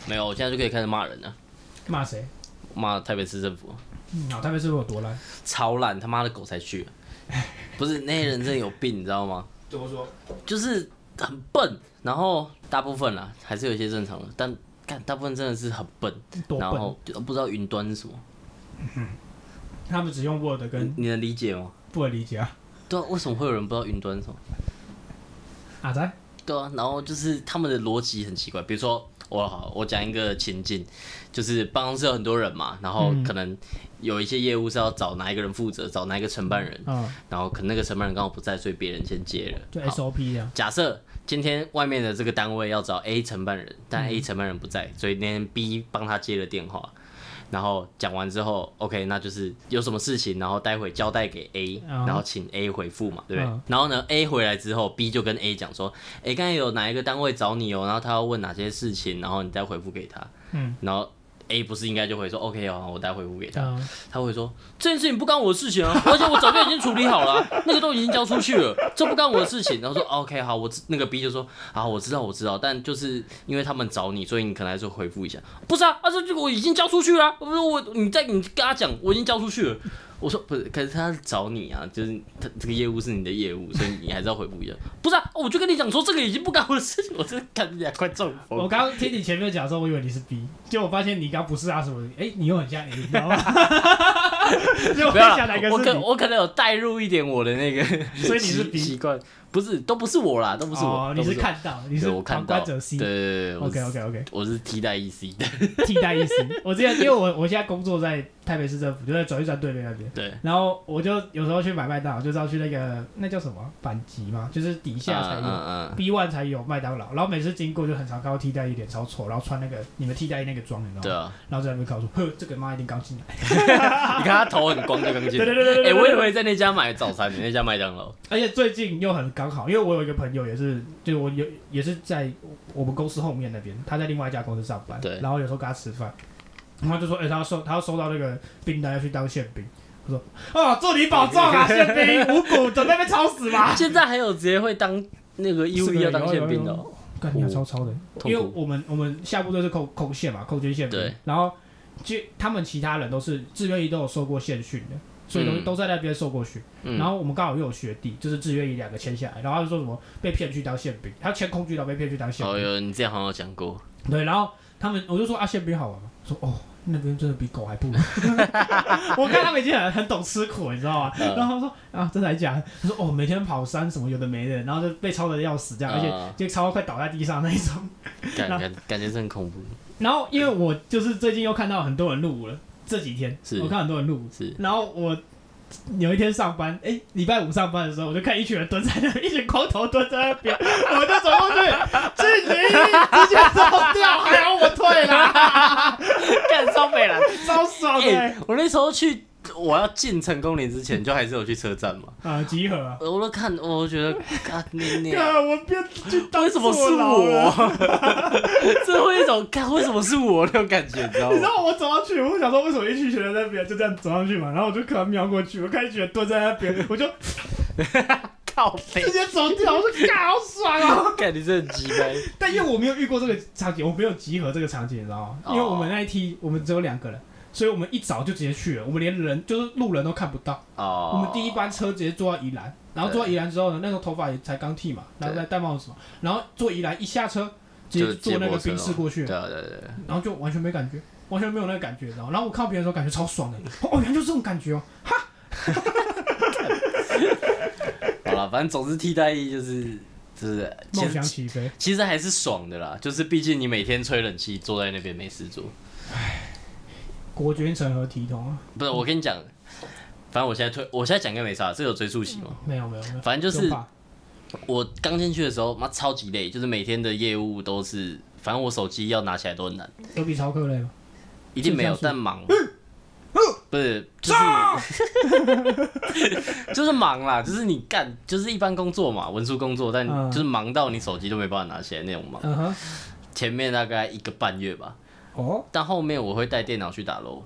没有，我现在就可以开始骂人了，
骂谁？
骂台北市政府
嗯，好，台北是不是有多烂？
超烂，他妈的狗才去， [laughs] 不是那些人真的有病，你知道吗？
怎么说？
就是很笨，然后大部分啦，还是有一些正常的，但干大部分真的是很笨，
多
然
笨！
后就不知道云端是什么，
他们只用 Word 跟
你能理解吗？
不能理解啊。
对啊，为什么会有人不知道云端是什么？
阿仔，
对啊，然后就是他们的逻辑很奇怪，比如说我好，我讲一个情境，就是办公室有很多人嘛，然后
嗯
可能有一些业务是要找哪一个人负责，找哪一个承办人，
嗯，
然后可能那个承办人刚好不在，所以别人先接了。
就
好
SOP 这样。
假设今天外面的这个单位要找 A 承办人，但 A 承办人不在，所以那天 B 帮他接了电话，然后讲完之后，OK，那就是有什么事情，然后待会交代给 A，、
嗯
然后请 A 回复嘛，对不对？
嗯
然后呢，A 回来之后，B 就跟 A 讲说，哎、刚才有哪一个单位找你哦，然后他要问哪些事情，然后你再回复给他，
嗯，
然后 A 不是应该就会说 OK 哦，我待回复给他，
嗯，
他会说这件事情不干我的事情啊， [laughs] 而且我早就已经处理好了啊、那个都已经交出去了，这不干我的事情。然后说哦 OK 好，我知那个 B 就说啊，我知道我知道，但就是因为他们找你，所以你可能还是回复一下。不是啊，啊这这个我已经交出去了啊、不是我你在你跟他讲我已经交出去了。我说不是，可是他找你啊，就是他这个业务是你的业务，所以你还是要回复一下。不是啊，我就跟你讲说这个已经不干我的事情，我真的干你俩快中风
我。刚刚听你前面讲的时候，我以为你是 B，结果我发现你刚不是啊什么？哎，你又很像 A，你
[laughs]
知道吗？就我
不要
在
啦
想哪个
我
是
可
你，
我可能有带入一点我的那个习，
[laughs] 所以你是 B
习惯，不是都不是我啦，都不是我，
哦，
都
你
不
是
我
看哦到，你
对
是
我看
旁
到
观者 C
对。对对，我是
OK OK OK，
我是替代 E EC 的，
替代意思。 [laughs] 我之前因为我我现在工作在台北市政府，就在转运站对面那边。
对，
然后我就有时候去买麦当劳，就是要去那个那叫什么板级嘛，就是底下才
嗯
有、 [laughs]
嗯
B one 才有麦当劳。然后每次经过就很常看到替代一脸超丑，然后穿那个你们替代役那个装，你知
嗯，
道
对
吗？
啊，
然后在那边告诉我，呵，这个妈一定刚进来。
你看他头很光就刚进
对对
来，
对对对
哎，
对
我以
对
为在那家买早餐，那家麦当
[laughs]
劳，
而且最近又很刚好，因为我有一个朋友也是，就我有也是在我们公司后面那边，他在另外一家公司上班，
对
然后有时候跟他吃饭，然后就说，哎、他要收他要收到那个订单要去当宪兵，我说，哦，祝你保重啊，宪兵五谷准备被抄死吧。
现在还有直接会当那个义务役要当宪兵的哦，
干你要超超的，
痛
因为
苦，
我们我们下部队是扣扣线嘛，扣军宪兵
对，
然后就他们其他人都是志愿役都有受过宪训的，所以都、
嗯
都在那边受过训。
嗯
然后我们刚好又有学弟，就是志愿役两个签下来，然后他就说什么被骗去当宪兵，他签空军然后被骗去当宪
哦
兵，
有你之前好像有讲过，
对，然后他们我就说啊宪兵好玩吗？说哦那边真的比狗还不如， [laughs] 我看他们已经很很懂吃苦，你知道吗？
嗯
[laughs] 然后他说啊真的还假的？他说哦每天跑山什么有的没的，然后就被操的要死这样，而且
啊
就操到快倒在地上那一种。
感
然后
感感觉是很恐怖，
然后因为我就是最近又看到很多人入伍了，这几天
是
我看很多人入伍， [laughs]
是
然后我有一天上班，哎、礼拜五上班的时候，我就看一群人蹲在那边，一群光头蹲在那
[laughs]
边，我就走过去，去你直接走掉，还要我
[laughs]
退啦，
干超美了，
超爽的、
哎，我那时候去。我要进成功岭之前，就还是有去车站嘛。
啊，集合啊！
我都看，我都觉得，干你娘！
看我变去当
为什么是
坐牢啊了？
我？ [laughs] 这会有一种看为什么是我那种感觉，你知道
你知
吗？
道我走上去，我想说为什么一群学生在那边就这样走上去嘛，然后我就可能瞄过去，我看一群人蹲在那边，我就
靠背
直，接走掉，我说嘎好爽啊！
感觉真的很鸡掰。
但因为我没有遇过这个场景，我没有集合这个场景，你知道吗？
哦
因为我们那一梯我们只有两个人，所以我们一早就直接去了，我们连人就是路人都看不到。
哦，
我们第一班车直接坐到宜兰，然后坐到宜兰之后呢，那时候头发也才刚剃嘛，然后再戴帽子嘛，然后坐宜兰一下车直
就
接
是接
坐那个
驳车
宾士过去，
对啊对对对，
然后就完全没感觉，完全没有那个感觉，然后然后我看到别人的时候感觉超爽的，哦，原来就是这种感觉哦。
好了，反正总之替代役就是就是，其
梦哦想
实
起飞，
其实还是爽的啦，就是毕竟你每天吹冷气坐在那边没事做。
国军成何体统啊？
不是，我跟你讲，反正我现在退，我现在讲应该没啥，这有追溯期吗？
没有没有没有，
反正就是
不用怕
我刚进去的时候，妈超级累，就是每天的业务都是，反正我手机要拿起来都很难，
有比超客累吗？
一定没有
是，嗯这
但
样
忙。不是，就是 [laughs] 就是忙啦，就是你干，就是一般工作嘛，文书工作，但
嗯
就是忙到你手机都没办法拿起来那种忙。
嗯哼，
前面大概一个半月吧，
哦，
但后面我会带电脑去打 l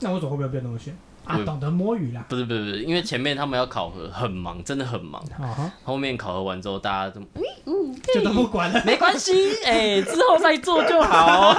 那为什么会不会变那么闲啊？
我
懂得摸鱼啦。
不是不是不是，因为前面他们要考核，很忙，真的很忙。
好哈，
后面考核完之后，大家都
[laughs] 就都不管了。
没关系，哎、之后再做就好。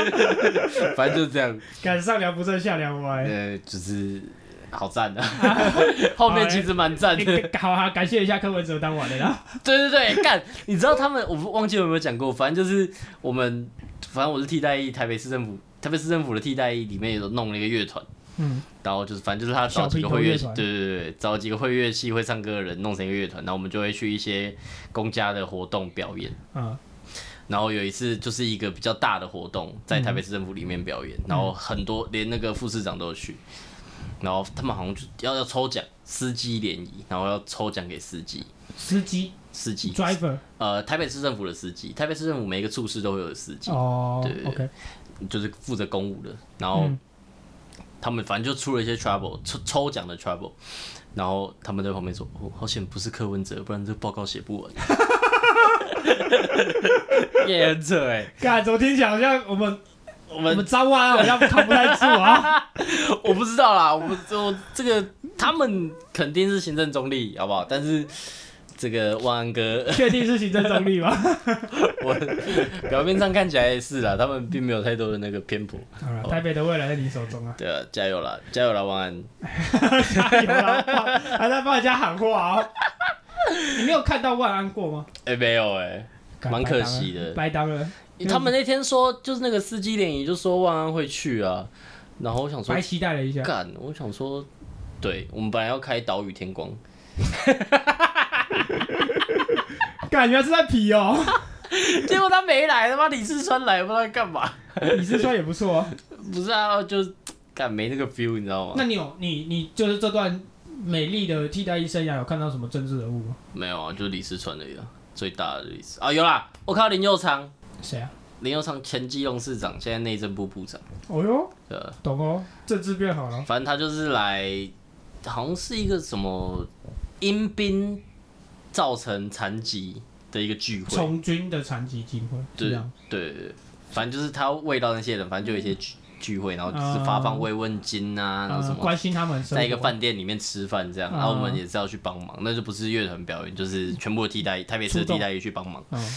[laughs] 反正就是这样，
敢上梁不正下梁歪。 [laughs]
呃，就是好赞的、啊， [laughs] 哎后面其实蛮赞的。
欸好啊，感谢一下柯文哲当晚的啦。
对对对，干！你知道他们，我不忘记有没有讲过，反正就是我们，反正我是替代役，台北市政府，台北市政府的替代役里面有弄了一个乐团，
嗯，
然后就是反正就是他找几个
小
会
平头
乐，
乐
对
团
对对，找几个会乐器、会唱歌的人弄成一个乐团，然后我们就会去一些公家的活动表演。
[laughs] 啊，
然后有一次就是一个比较大的活动，在台北市政府里面表演，然后很多连那个副市长都有去，然后他们好像就要要抽奖，司机联谊，然后要抽奖给司机，
司机
司机
driver
呃，台北市政府的司机，台北市政府每一个处室都会有司机，
哦
对对对
，OK，
就是负责公务的。然后
嗯
他们反正就出了一些 trouble，抽抽奖的 trouble。然后他们在旁边说：“哦，好险不是柯文哲，不然这报告写不完。” [laughs] 也很扯哎、
干，怎么听起来好像我们
我
我
们
们脏话
[laughs]
好像扛不太住啊？ [laughs]
我不知道啦，我不我这个他们肯定是行政中立，好不好？但是这个万安哥， [laughs]
确定是行政中立吗？
我表面上看起来也是啦，他们并没有太多的那个偏颇。
好了，台北的未来在你手中啊！
对啊，加油啦，加油啦，万安！
加油啦，还在帮人家喊话哦。你没有看到万安过吗？
哎、没有哎、
干
蛮可惜的
白当了，嗯
他们那天说，就是那个司机联谊，就说万安会去啊。然后我想说
白，期待了一
啊
下。
干，我想说，对我们本来要开岛屿天光， [laughs]
感觉是在皮哦， [laughs]
结果他没来，他妈李世川来，不知道在干嘛。
你是说也不错哦。
不是啊，就干没那个 feel，你知道吗
那？你有你你就是这段美丽的替代医生涯有看到什么政治人物吗？
没有啊，就李世川而已啊，最大的李世啊，有啦，我看到林佑昌，
谁啊？
林佑昌前基隆市长，现在内政部部长，
哦哟，
呃，
懂哦，政治变好了。
反正他就是来，好像是一个什么因兵造成残疾的一个聚会。
从军的残疾金会是
对
这样，
对对，对反正就是他为到那些人，反正就有一些聚聚会，然后就是发放慰问金啊，然后什
呃
么，
关心他们生活
在一个饭店里面吃饭这样，
嗯
然后我们也是要去帮忙，那就不是乐团表演，就是全部的替代台北市的替代役去帮忙，
[laughs] 嗯，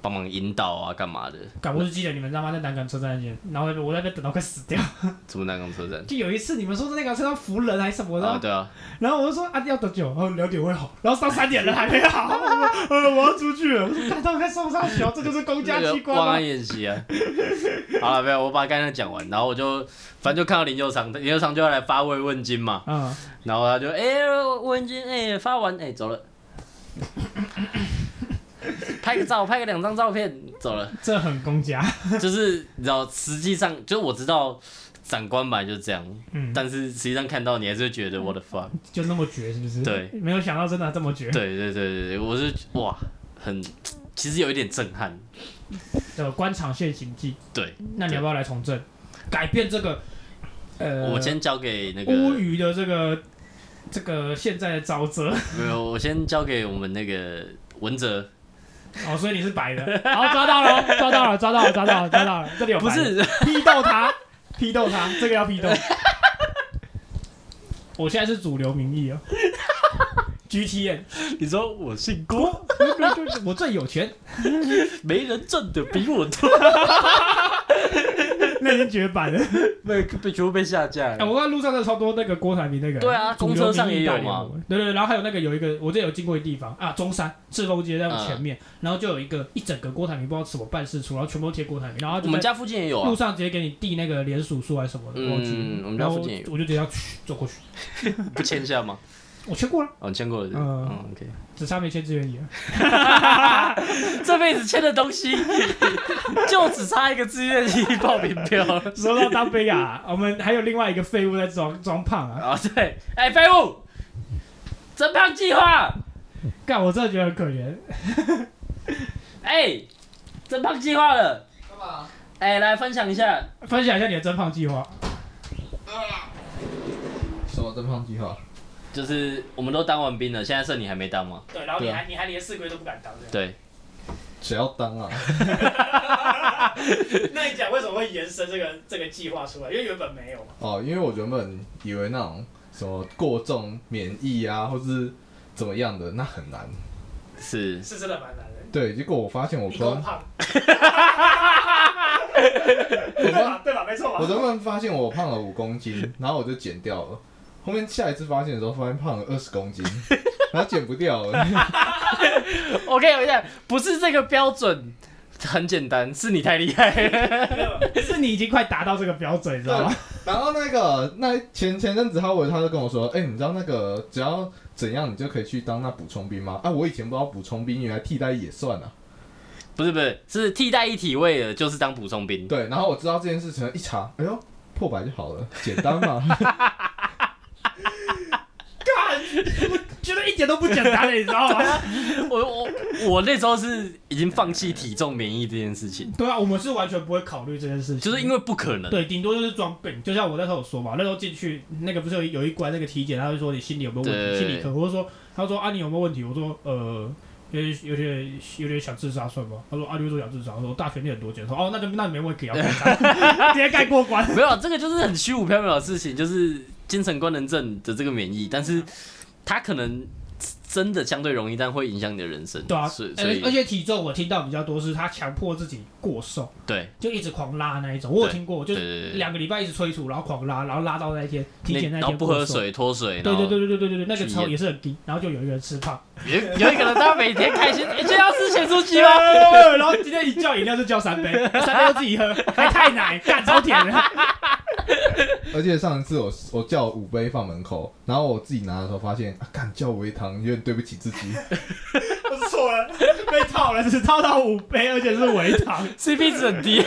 帮忙引导啊，干嘛的？
敢我就记得你们他妈在南港车站那边，然后我在那边等到快死掉。
什么南港车站？
就有一次你们说在那个车上扶人还是什么
啊，
的，
对啊，
然后我就说啊要多久？哦两点会 [laughs] 好，然后上三点了还没好，我说呃我要出去了，我说看到快送上学，这就是公家
那个
机关
万
吗
安？演习啊。 [laughs] 好了，没有，我把刚才讲完，然后我就反正就看到林佑昌，林佑昌就要来发慰问金嘛，
嗯，
然后他就哎、慰问金哎、发完哎、走了， [coughs] 拍个照，拍个两张照片走了。
这很公家，
就是你知道，实际上就是我知道长官本来就是这样，
嗯，
但是实际上看到你还是会觉得我的 fuck，
就那么绝是不是？
对
没有想到真的这么绝，
对对对对对，我是哇，很其实有一点震撼，
呃，官场现行记，
对，
那你要不要来从政，改变这个？呃，
我先交给那
乌
个，
鱼的这个这个现在的沼泽 [laughs]
没有，我先交给我们那个文哲，
哦，所以你是白的， [laughs] 好抓到了，抓到了，抓到了，抓到了，抓到了，这里有白
呃不
的 [laughs]
是 [laughs]
批斗他，批斗他，这个要批斗。我现在是主流民意 [laughs] 哦，GTN，
你说我姓郭，
我我最有钱，
没人赚的比我多，
那已经绝版了。
[laughs] 被被全部被下架
[laughs] 哎，
了。
我看路上真的超多那个郭台铭那个，
对啊
主流
公车上也有嘛
民意大联盟，对对对，然后还有那个有一个我这有经过的地方啊，中山赤峰街在我前面，然后就有一个一整个郭台铭不知道什么办事处，然后全部都贴郭台铭，然后
我
就在
们家附近也有
路
啊，
上直接给你递那个连署书还是什么的，
嗯
忘记。
我们家
然后
附近也有
我就直接要去走过去，
不签下吗？
我签过了，
哦，你签过了是不是，
嗯
嗯，OK。
只差没签志愿而
这辈子签的东西， [laughs] 就只差一个志愿役报名 [laughs] 表了。
已。说到当兵啊，我们还有另外一个废
哦
物在装装胖啊，
啊，对，哎、废物，增胖计划，
干，我真的觉得很可怜。
哎、真胖计划了，
干嘛？
哎、来分享一下，
[laughs] 分享一下你的增胖计划，
什么增胖计划？
就是我们都当完兵了，现在剩你还没当吗？
对，然后你
对啊
还你还连四龟都不敢当这
对，
谁要当啊？
样。那你讲为什么会延伸这个这个计划出来？因为原本没有嘛。
哦，因为我原本以为那种什么过重免疫啊，或是怎么样的，那很难。
[laughs] 是
是真的蛮难的。
对，结果我发现我
你
不
够
我
胖，对
刚
吧？对吧？没错
我
吧？
原本发现我胖了五公斤，然后我就减掉了。后面下一次发现的时候，发现胖了二十公斤，然后减不掉了。
我跟你讲，不是这个标准，很简单，是你太厉害了。
没有
是你已经快达到这个标准，你知道吗？
然后那个那前前阵子他我他就跟我说，哎、你知道那个只要怎样你就可以去当那补充兵吗？啊，我以前不知道补充兵原来替代也算啊。
[laughs] 不是不是，是替代一体位的，就是当补充兵。
对，然后我知道这件事情一查，哎呦，破百就好了，简单
[laughs]
嘛。 [laughs]
觉得一点都 [laughs] 不简单了，你知
[laughs]
道吗？
[laughs] 我我我那时候是已经放弃体重免疫这件事情，
对啊，我们是完全不会考虑这件事情，
就是因为不可能。
对，顶多就是装病。就像我那时候有说嘛，那时候进去那个不是有一有一关那个体检，他会说你心理有没有问
对
题，心理科，我就说，他说啊你有没有问题？我说呃。有点有点有点想自杀算吗？他说啊，你为什么想自杀？我说大学念很多检，说哦， [laughs] 那就那没问题啊，不然直接盖过关。
没有，啊这个就是很虚无缥缈的事情，就是精神官能症的这个免疫，但是它可能真的相对容易，但会影响你的人生。
对啊
所以，所
而
以
而且体重我听到比较多是他强迫自己过瘦，
对
就一直狂拉那一种。我有听过，就
对
是
对对，
两个礼拜一直催吐，然后狂拉，然后拉到那一天体
那
检那一
然后
天
不喝
过瘦。
水脱水，
对
然后
对对对对对对，那个
去
超
验
也是很低，然后就有一个人吃胖，
有有一个人他每天开心，欸今天要吃咸酥鸡吗？
然后今天一叫饮料就叫三
[laughs]
杯， [laughs] 三杯就自己喝，还太奶，干超甜的。
而且上一次我我叫五杯放门口，然后我自己拿的时候发现，啊，干叫微糖，有点对不起自己。
我是错了，被套了，只套到五杯，而且是微糖，
CP 值很低，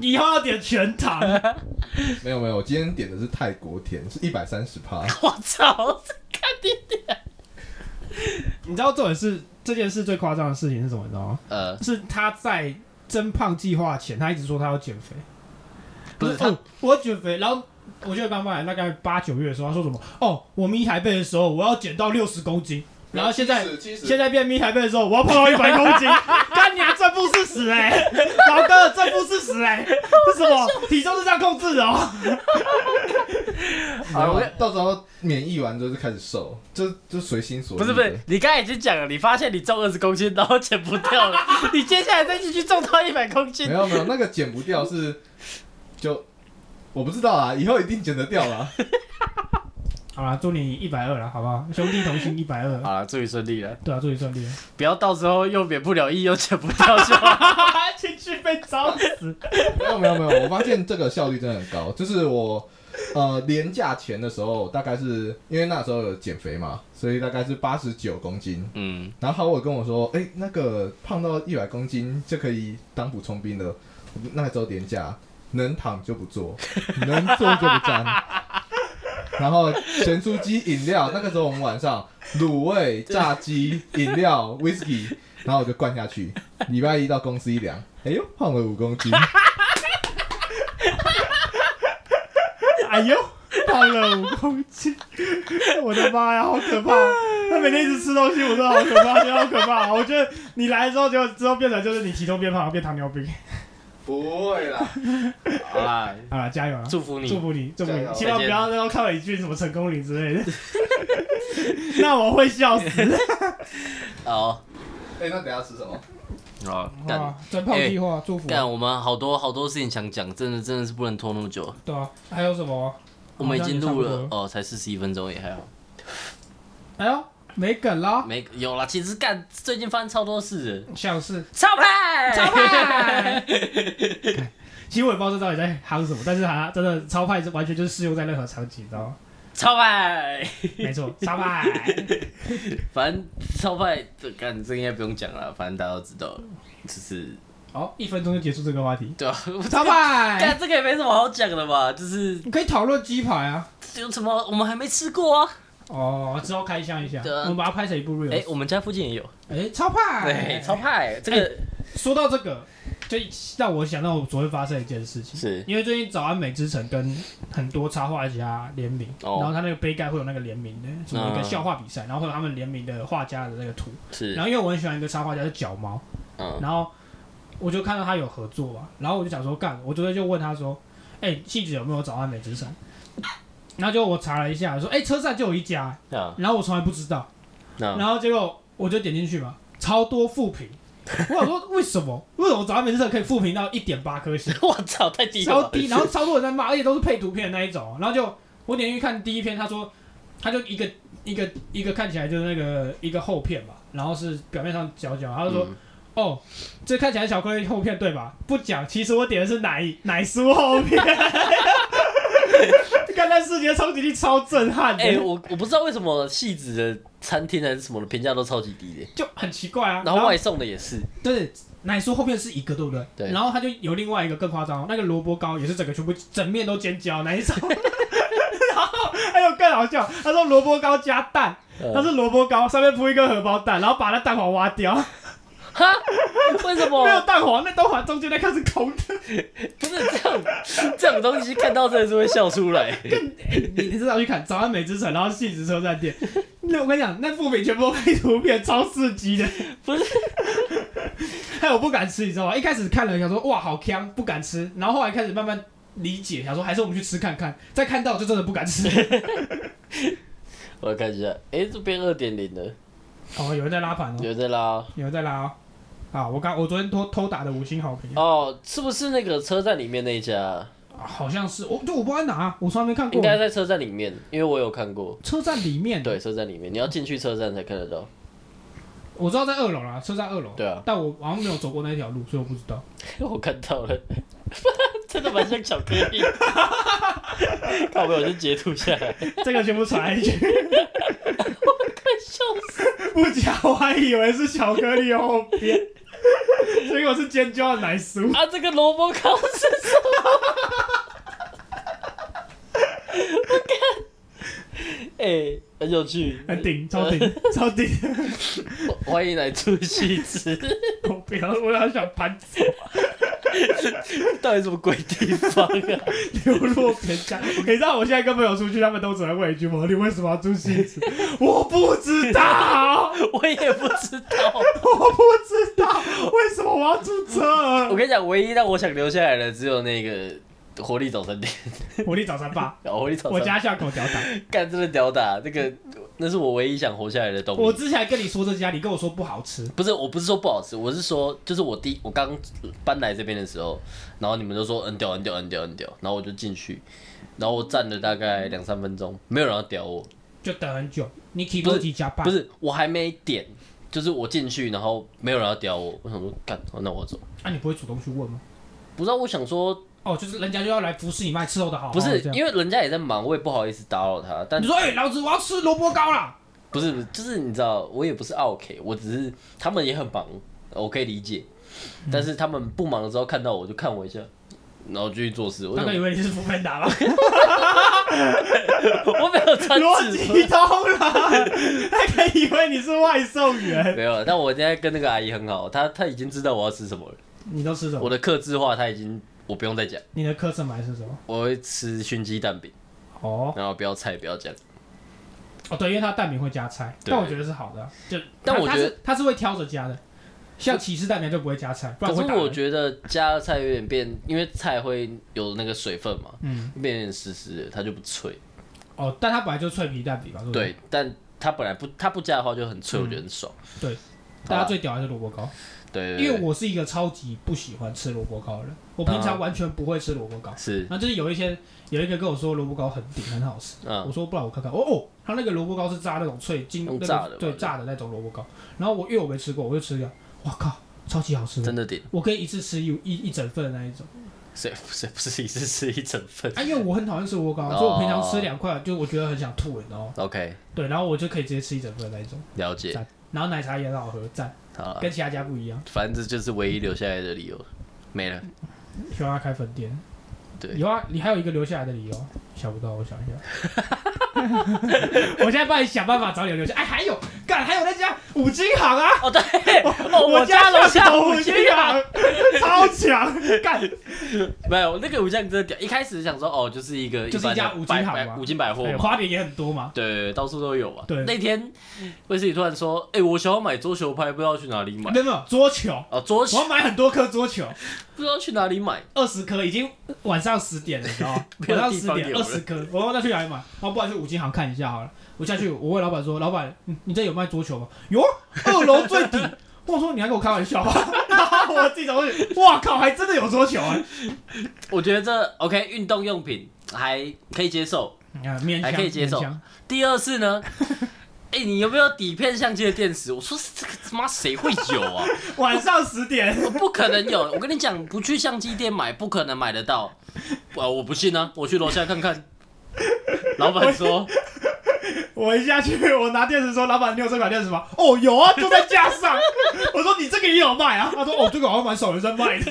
以后要点全糖。
没有没有，我今天点的是泰国甜，是一百三十趴。
我操！看你
你知道重点是这件事最夸张的事情是什么？你知道吗？
呃，
是他在增胖计划前，他一直说他要减肥，
不是他
哦，我要减肥，然后。我记得刚搬来大概八九月的时候，他说什么？哦，我咪台北的时候我要减到六十公斤，然后现在现在变咪台背的时候，我要碰到一百公斤，干你啊，正负四十哎，老哥正负四十哎，这什么体重是这样控制的哦？
然
啊我
后
跟
到时候免疫完之后就开始瘦，就就随心所欲。
不是不是，，你刚才已经讲了，你发现你重二十公斤，然后减不掉了，你接下来再继续重到一百公斤
没，有没有，那个减不掉是就我不知道啊，以后一定减得掉啦。
好啦，祝你一百二了，好不好？兄弟同心一百二，
好了，祝你顺利了，
对啊，祝你顺利。
不要到时候又免不了疫又减不掉就好。
情绪被糟死，
没有没有没有，我发现这个效率真的很高。就是我呃年假前的时候，大概是因为那时候有减肥嘛，所以大概是八十九公斤。
嗯，
然后我跟我说，哎、那个胖到一百公斤就可以当补充兵了。我那时候年假能躺就不坐， [laughs] 能坐就不站。 [laughs] 然后咸酥鸡、饮料，那个时候我们晚上卤味、炸鸡、饮料、whisky，然后我就灌下去。礼拜一到公司一量，哎呦，胖了五公斤，
哎呦，胖了五公斤，我的妈呀，好可怕！他每天一直吃东西，我真的好可怕，真的好可怕。我觉得你来之后，就之后变成就是你体重变胖，变糖尿病。
[laughs] 不会啦，
好啦，
好了，加油啊！
祝福
祝
你。
福你，祝福
加
你，
油
希望不要让我看到一句什么成功岭之类的，那我会笑死。
好，
哎、那等一下吃什么？
好，哦干，
真
炮计
划，祝福啊
干，我们好多好多事情想讲，真的真的是不能拖那么久。
对啊，还有什么？
我们已经录
好像也差
了
不
哦，才四十一分钟，也还好。
哎呦，没梗啦，
没有啦，其实干最近发生超多事的，
像是
超派，
超派。其实我也不知道这到底在夯什么，但是它真的超派是完全就是适用在任何场景，你知道吗？
超派，
没错，超派。
反正超派这干这应该不用讲了，反正大家都知道了，就是
好，一分钟就结束这个话题。
对啊，
超派，
干这个也没什么好讲的吧，就是
你可以讨论鸡排啊。
有什么我们还没吃过啊，
哦，之后开箱一下，
对啊
我们把它拍成一部 real。
哎、我们家附近也有，
哎，超派，哎
对，超。派，这个
说到这个，就让我想到我昨天发生的一件事情，
是
因为最近早安美之城跟很多插画家联名，
哦
然后他那个杯盖会有那个联名的，什么一个笑话比赛，然后会有他们联名的画家的那个图。
是
然，后因为我很喜欢一个插画家是角猫，
嗯，
然后我就看到他有合作嘛，然后我就想说干，我昨天就问他说，哎、戏子有没有早安美之山？然后就我查了一下，说哎、车站就有一家，
那
然后我从来不知道，
那
然后结果我就点进去嘛，超多负评，我想说为什么？为什么早安美之山可以负评到一点八颗星，
[laughs] 我操，太低了
超
吧，
低，然后超多人在骂，而且都是配图片的那一种，然后就我点进去看第一篇，他说他就一个一个一个看起来就是那个一个厚片嘛，然后是表面上角角，他就说。
嗯
哦，这看起来是巧克力厚片对吧？不讲，其实我点的是奶奶酥厚片。 [laughs] 看那视觉冲击力超震撼的，
哎、我我不知道为什么戏子的餐厅还是什么的评价都超级低的，
就很奇怪啊。
然后外送的也是，
对奶酥后面是一个，对不对？
对
然后它就有另外一个更夸张，那个萝卜糕也是整个全部整面都尖椒那一种。 [laughs] 然后还有更好笑，他说萝卜糕加蛋，
呃
他是萝卜糕上面铺一个荷包蛋，然后把那蛋黄挖掉， [laughs]
哈，为什
没
么
有蛋黄，那蛋黄中间那颗是空的。
不是这样？这种东西看到真的是会笑出来。
你你至少去看《早安美之城》，然后戏子车站店。 [laughs] 那我跟你讲，那副饼全部都配图片，超刺激的。
不是，
害我不敢吃，你知道吗？一开始看了想说哇好香，不敢吃。然后后来开始慢慢理解，想说还是我们去吃看看。再看到就真的不敢吃。 [laughs]
我来看一下，哎、这边二点零了，
哦，有人在拉盘哦，
有在拉
有人在拉哦。啊，我刚我昨天偷偷打的五星好评，
哦，是不是那个车站里面那一家？
啊好像是我，就我不知道在哪，我从来没看
应
过。
该在车站里面，因为我有看过。
车站里面，
对，，车站里面，你要进去车站才看得到。 [laughs]
我知道在二楼啦，车站二楼。
对啊，
但我好像没有走过那条路，所以我不知道。
我看到了， [laughs] 真的蛮像巧克力。 [laughs] 靠背，我先截图下来， [laughs]
这个全部传下去。
笑死！
不假，我还以为是巧克力后边，结果是尖椒的奶酥。
啊，这个萝卜糕是什么？ [laughs] 我看，哎、很有趣。
很顶，超顶，超顶！
我欢迎来出戏子， [laughs]
我不要，我要想盘走，
到底什么鬼地方啊？
流落边疆。你知道我现在跟朋友出去，他们都只会问一句吗？你为什么要住西子？我不知道，
我也不知道。
[laughs] 我不知道，为什么我要住这
我
儿？
跟你讲，唯一让我想留下来的只有那个活力早餐店。 [laughs]
我 [laughs] 立早餐吧，
哦活力早
我
餐店
家巷口屌打。
干真的屌打，这个那是我唯一想活下来的动
我
力。
之前还跟你说这家，你跟我说不好吃，
不是，我不是说不好吃，我是说，就是我第我刚搬来这边的时候，然后你们都说很屌很屌很屌很屌，然后我就进去，然后我站了大概两三分钟，没有人要屌我，
就等很久。你提
不
多
是
几家吧
不？是我还没点，就是我进去，然后没有人要屌我，我想说干，好那我走，
那、啊你不会主动去问吗？
不知道我想说
哦，就是人家就要来服侍你卖伺候的好好，
不是
哦这样
因为人家也在忙，我也不好意思打扰他，但
你说，哎、老子我要吃萝卜糕啦！
不是，就是你知道，我也不是 OK，我只是他们也很忙，我可以理解。
嗯
但是他们不忙的时候看到我就看我一下，然后继续做事。我
大
想
概以为你是福芬达吧？
[laughs] 我没有穿
逻
制服，
辑通了，大概以为你是外送员。
[laughs] 没有。但我现在跟那个阿姨很好，她她已经知道我要吃什么了。
你都吃什
我
么？
的克制化她已经我不用再讲，
你的课程买是什么？
我会吃熏鸡蛋饼，
哦
然后不要菜不要酱。
哦，对，因为它蛋饼会加菜，
对
但我觉得是好的啊。就
但
它
我觉得
它是它是会挑着加的，像起司蛋饼就不会加菜，不
可
然会
是
打
我
人。
觉得加了菜有点变，因为菜会有那个水分嘛，
嗯，
变得有点湿湿的，它就不脆。
哦，但它本来就脆皮蛋饼吧？对不对
对，但它本来不它不加的话就很脆，我觉得很爽。
对，
好
大
啊
家最屌还是萝卜糕，
对，对对
因为我是一个超级不喜欢吃萝卜糕的人，我平常完全不会吃萝卜糕。
是
然后就是有一些有一个跟我说萝卜糕很顶很好吃，
嗯
我说不然我看看，哦哦，他那个萝卜糕是炸那种脆金，
用
那
炸的
个
吧
对炸的那种萝卜糕。然后我因为我没吃过，我就吃掉，哇靠，超级好吃，
真的顶，
我可以一次吃一一一整份的那一种。
谁谁不是一次吃一整 [laughs] 份
啊，因为我很讨厌吃萝卜糕，
哦
所以我平常吃两块，就我觉得很想吐，你知道吗？
？OK，
对，然后我就可以直接吃一整份的那一种，
了解， [laughs]
赞。然后奶茶也很好喝，赞，
好了，
跟其他家不一样。
反正这就是唯一留下来的理由，没了。
希望他开分店。
对
有啊，你还有一个留下来的理由，想不到，我想一下。 [laughs] 我现在帮你想办法找点留下。哎，还有，干，还有那家五金行啊，
哦对，哦
[laughs] 我
我家楼下
五
五
金
金
行
行，
超强，干，
没有那个五金行真的屌。一开始想说哦，就是一个
就是
般的
一家五金
百
行
百
嘛
五金百货
对，
嘛，
哎花莲也很多嘛。
对，到处都有啊。
对
那天威斯理突然说：“哎、我想要买桌球拍，不知道去哪里买
没。有没有，桌球”，
哦，桌
我
球
要买很多颗桌球，
不知道去哪里买，？
二十颗，已经晚上十点了，你知道吗
[laughs] 没
晚
有
上
地
十
方
点
有
二
了
十颗，我要再去哪里买？然后不然去五金行看一下好了。我下去，我问老板说：“老板， [laughs] 你你这有卖桌球吗？”有啊，二楼最底。 [laughs] 我说：“你还跟我开玩笑吗？” [laughs] 然后我自己走过去，哇靠，还真的有桌球啊！
我觉得这 OK，运动用品还可以接受。
啊，勉强
还可以接受
勉强
第二次
[laughs]
呢，哎、你有没有底片相机的电池？我说这个他妈谁会有啊？
晚上十点，
我不可能有。我跟你讲，不去相机店买，不可能买得到。啊，我不信啊，我去楼下看看。老板
[laughs]
说
我一下去，我拿电池说：“老板，你有这款电池吗？”哦，有啊，就在架上。 [laughs] 我说：“你这个也有卖啊？”他说：“哦，这个好像蛮少人在卖的。” [laughs]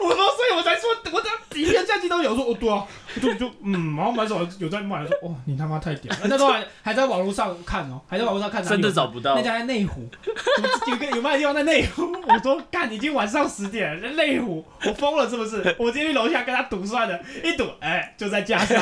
我说：“所以我才说，我这底片相机都有。”说：“哦，对啊，就就嗯，好像蛮少人有在卖。”说：“哦，你他妈太屌了！”那时候还还在网络上看哦，还在网络上看哪里有
真
卖，
的找不到
那家在内湖，怎么有个有卖的地方在内湖。我说：“干，已经晚上十点了，在内湖，我疯了是不是？我今天去楼下跟他赌算了，一赌，哎，就在架
[laughs]
上。”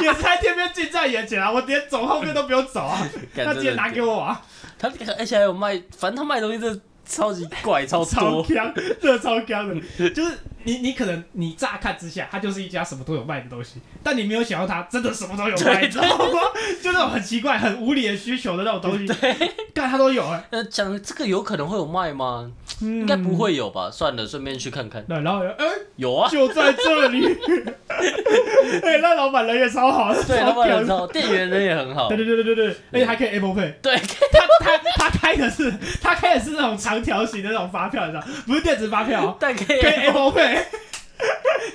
也是在天边近在眼前啊！我连走后面都不用走啊，
干
那直接
哎真的
拿
很
给我啊！
他，而且还有卖，反正他卖的东西真的超级怪，超
超
多。
香，真的超香的。就是你你可能你乍看之下，它就是一家什么都有卖的东西，但你没有想到它真的什么都有卖，
对
你知道吗？就那种很奇怪、很无理的需求的那种东西，干它都有哎、
呃，讲这个有可能会有卖吗？
应
应该不。会有吧？算了，顺便去看看。
对，然后哎、
有
[laughs]
啊，
就在这里，哎、那老板人也超好，
对，老
超
板
屌
人
的，
超好，店员人也很好
[laughs] 对。对对对对对，而且还可以 Apple Pay。
对，
他他他开的是他开的是那种长条形的那种发票，你知道，不是电子
[laughs]
发票哦，
但可以
可以 Apple Pay，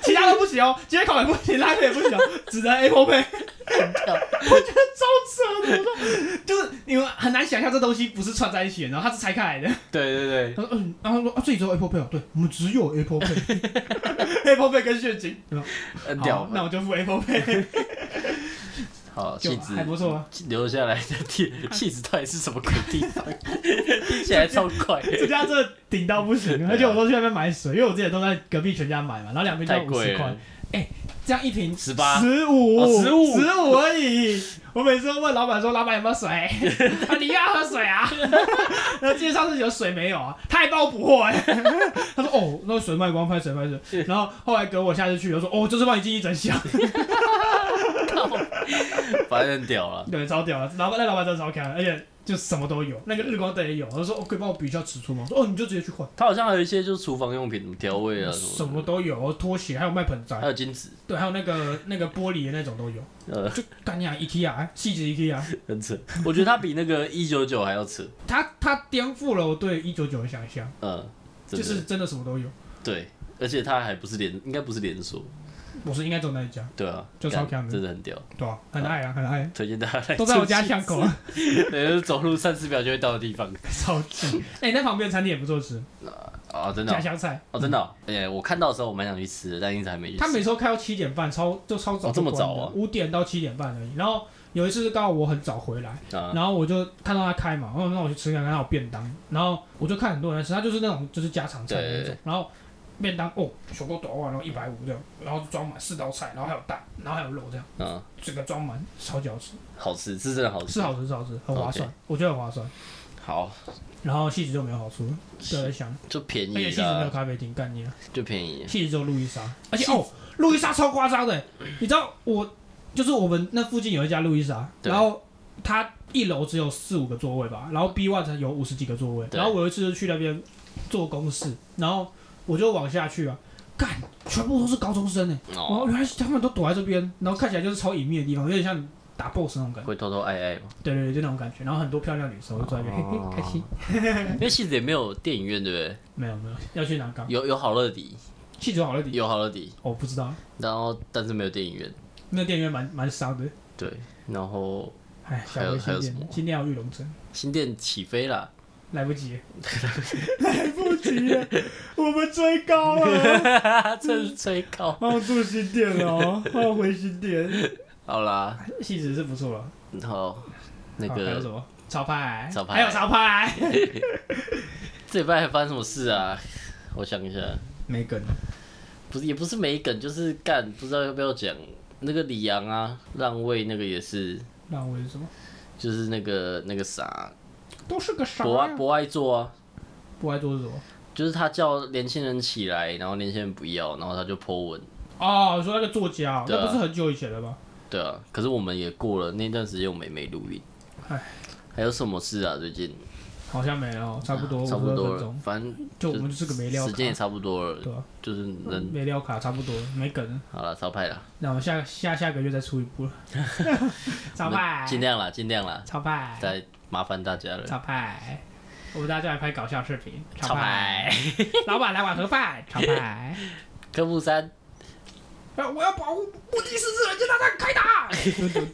其他都不行哦，接口也不行，拉黑也不行哦，只能 Apple Pay。我觉得超扯的，我说就是你们很难想象这东西不是串在一起的，然后它是拆开来的。
对对对，
他说嗯，然后说啊，这里只有 Apple Pay 哦，对我们只有 Apple [laughs] Pay，Apple Pay 跟现金。
很屌
好，。那我就付 Apple Pay，
好，
就
气质
还不错啊。
留下来的地，
[laughs]
气质到底是什么鬼地方？听起来超怪，
这家真的顶到不
[laughs]
行，而且我都去那边买水，因为我之前都在隔壁全家买嘛，然后两瓶就
太
五
贵
十块
了。。
这样一瓶
18
十五，
哦15
十五而已。我每次都问老板说：“老板有没有水？” [laughs] 啊，你要喝水啊？ [laughs] 然后介绍是有水没有啊？他还帮我补货哎、 [laughs] 他说：“哦，那水卖光，拍水拍水。”然后后来隔我下次去，我说：“哦，就是帮你进一整箱。 [laughs]
反正很屌了”。
对，超屌啊！老板那老板真的超强，而且就什么都有，那个日光灯也有。他说：“哦，可以帮我比一下尺寸吗？”我说：“哦，你就直接去换，
它好像还有一些就是厨房用品，什么调味啊
什
什
么
么的，
都有，拖鞋还有卖盆栽
还，有金子，
对，还有那个那个玻璃的那种都有。
呃，
就干你啊，IKEA，细致 IKEA。”哎
很扯。我觉得它比那个一九九还要扯，
他他颠覆了我对一九九的想象，
嗯，真
就
的
是真的什么都有。
对，而且它还不是连，应该不是连锁，
我是应该走那一家，
对啊，
就超强
干
的
真的很屌，
对吧、很爱啊，很爱，
推荐大家来
都在我
住
家
气
巷口，
对，就是走路三十秒就会到的地方
[laughs] 超级。哎、那旁边餐厅也不错吃，
啊、真的
家
哦
乡菜。嗯
哦真的哦，哎、我看到的时候我蛮想去吃的，但一直还没去吃。啊
他每次都开到七点半，超就超早
哦
就
这么
关的、
早啊
五点到七点半而已。然后有一次是刚好我很早回来，
啊，
然后我就看到他开嘛，然哦后那我去吃看看他有便当，然后我就看很多人在吃，他就是那种就是家常菜
对
那种，然后便当哦，小锅短碗，然后一百五这样，然后就装满四道菜，然后还有蛋，然后还有肉这样，
嗯，
整个装满，超级好吃。
好吃，是真的好吃。
是好吃是好吃，很划算我觉得很划算。
好，
然后细致就没有好处，对，在想，
就便
而且
宜
细致没有
啦，
咖啡厅干你了，
就便宜。
细致只有路易莎，而且哦，路易莎超夸张的，你知道我就是我们那附近有一家路易莎，
对
然后它一楼只有四五个座位吧，然后 B one 才有五十几个座位，
对
然后我有一次就去那边做公事，然后我就往下去啊，干，全部都是高中生哎，然
哦，
后原来是他们都躲在这边，然后看起来就是超隐秘的地方，有点像打 boss 那种感觉，
会偷偷爱爱吗？
对对对，就那种感觉，然后很多漂亮女生我就坐在那边，嘿嘿，开心。
哦因为戏子也没有电影院，对不对？
没有没有，要去南 [laughs] 港，
有有好乐迪，
气球好乐迪，
有好乐迪，
我、不知道，
然后但是没有电影院。
那店员蛮蛮伤的，
对，然后
哎，
还有
想回
还
新
有什
店
么，
新店要玉龙城，
新店起飞
[laughs]
啦， [laughs]
来不及，来不及了，我们追高了，
[laughs] 真是吹高。
好想住新店了哦，好想回新店，
好啦，
戏子是不错了。
好，那
好还有什
个
么潮牌？
潮牌
还有潮牌，
这礼拜还发生什么事啊？我想一下，
没梗。
不是也不是没梗，就是干不知道要不要讲那个李阳啊，让位那个也是，
让我是什么？
就是那个那个啥
都是个啥
博爱
呀？
博爱座啊，
不爱做是什么？
就是他叫年轻人起来，然后年轻人不要，然后他就 po 文，
哦，你说那个作家哦，
对啊
那不是很久以前了吗？
对啊，可是我们也过了那段时间，我们也没录音
唉。
还有什么事啊？最近
好像没了哦，差不多
啊差不
52
多
分
了
钟，，
反正
就我们就是个没料
时间也
卡，
差不多了，
对啊，
就是能
没料卡差不多了，没梗。
好了，超派了，
那我们下下下个月再出一
[laughs]
部了。 [laughs] 潮牌，
尽量啦，尽量啦，
潮牌，
再麻烦大家了。
潮牌，我们大家来拍搞笑视频。潮
超派 [laughs]
牌，，老板来碗盒饭。潮牌。
科目三，
啊！我要 [laughs] 保护目的是日人，就让他开打！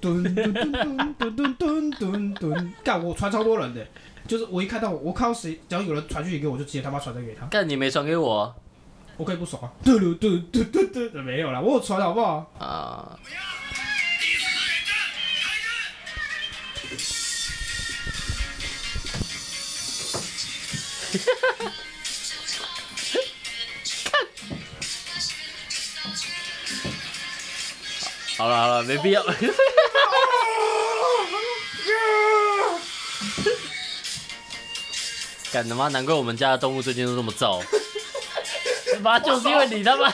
蹲蹲蹲蹲蹲蹲蹲蹲蹲，干我传超多人的，就是我一看到我，我看到谁，只要有人传讯息给我，我就直接他妈传这个给他，
干你没传给我
我可以不爽啊！ [laughs] 嘟嘟嘟嘟嘟嘟，没有啦，我有传好不好？
啊？ [laughs] 好了好了，没必要。 [laughs] 干他妈，难怪我们家的动物最近都这么燥。他妈就是因为你他妈。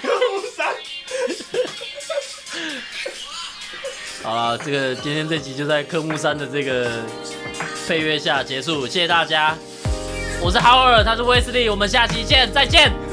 好了，这个今天这集就在科目三的这个配乐下结束，谢谢大家。我是豪尔，他是威斯利，我们下期见，再见。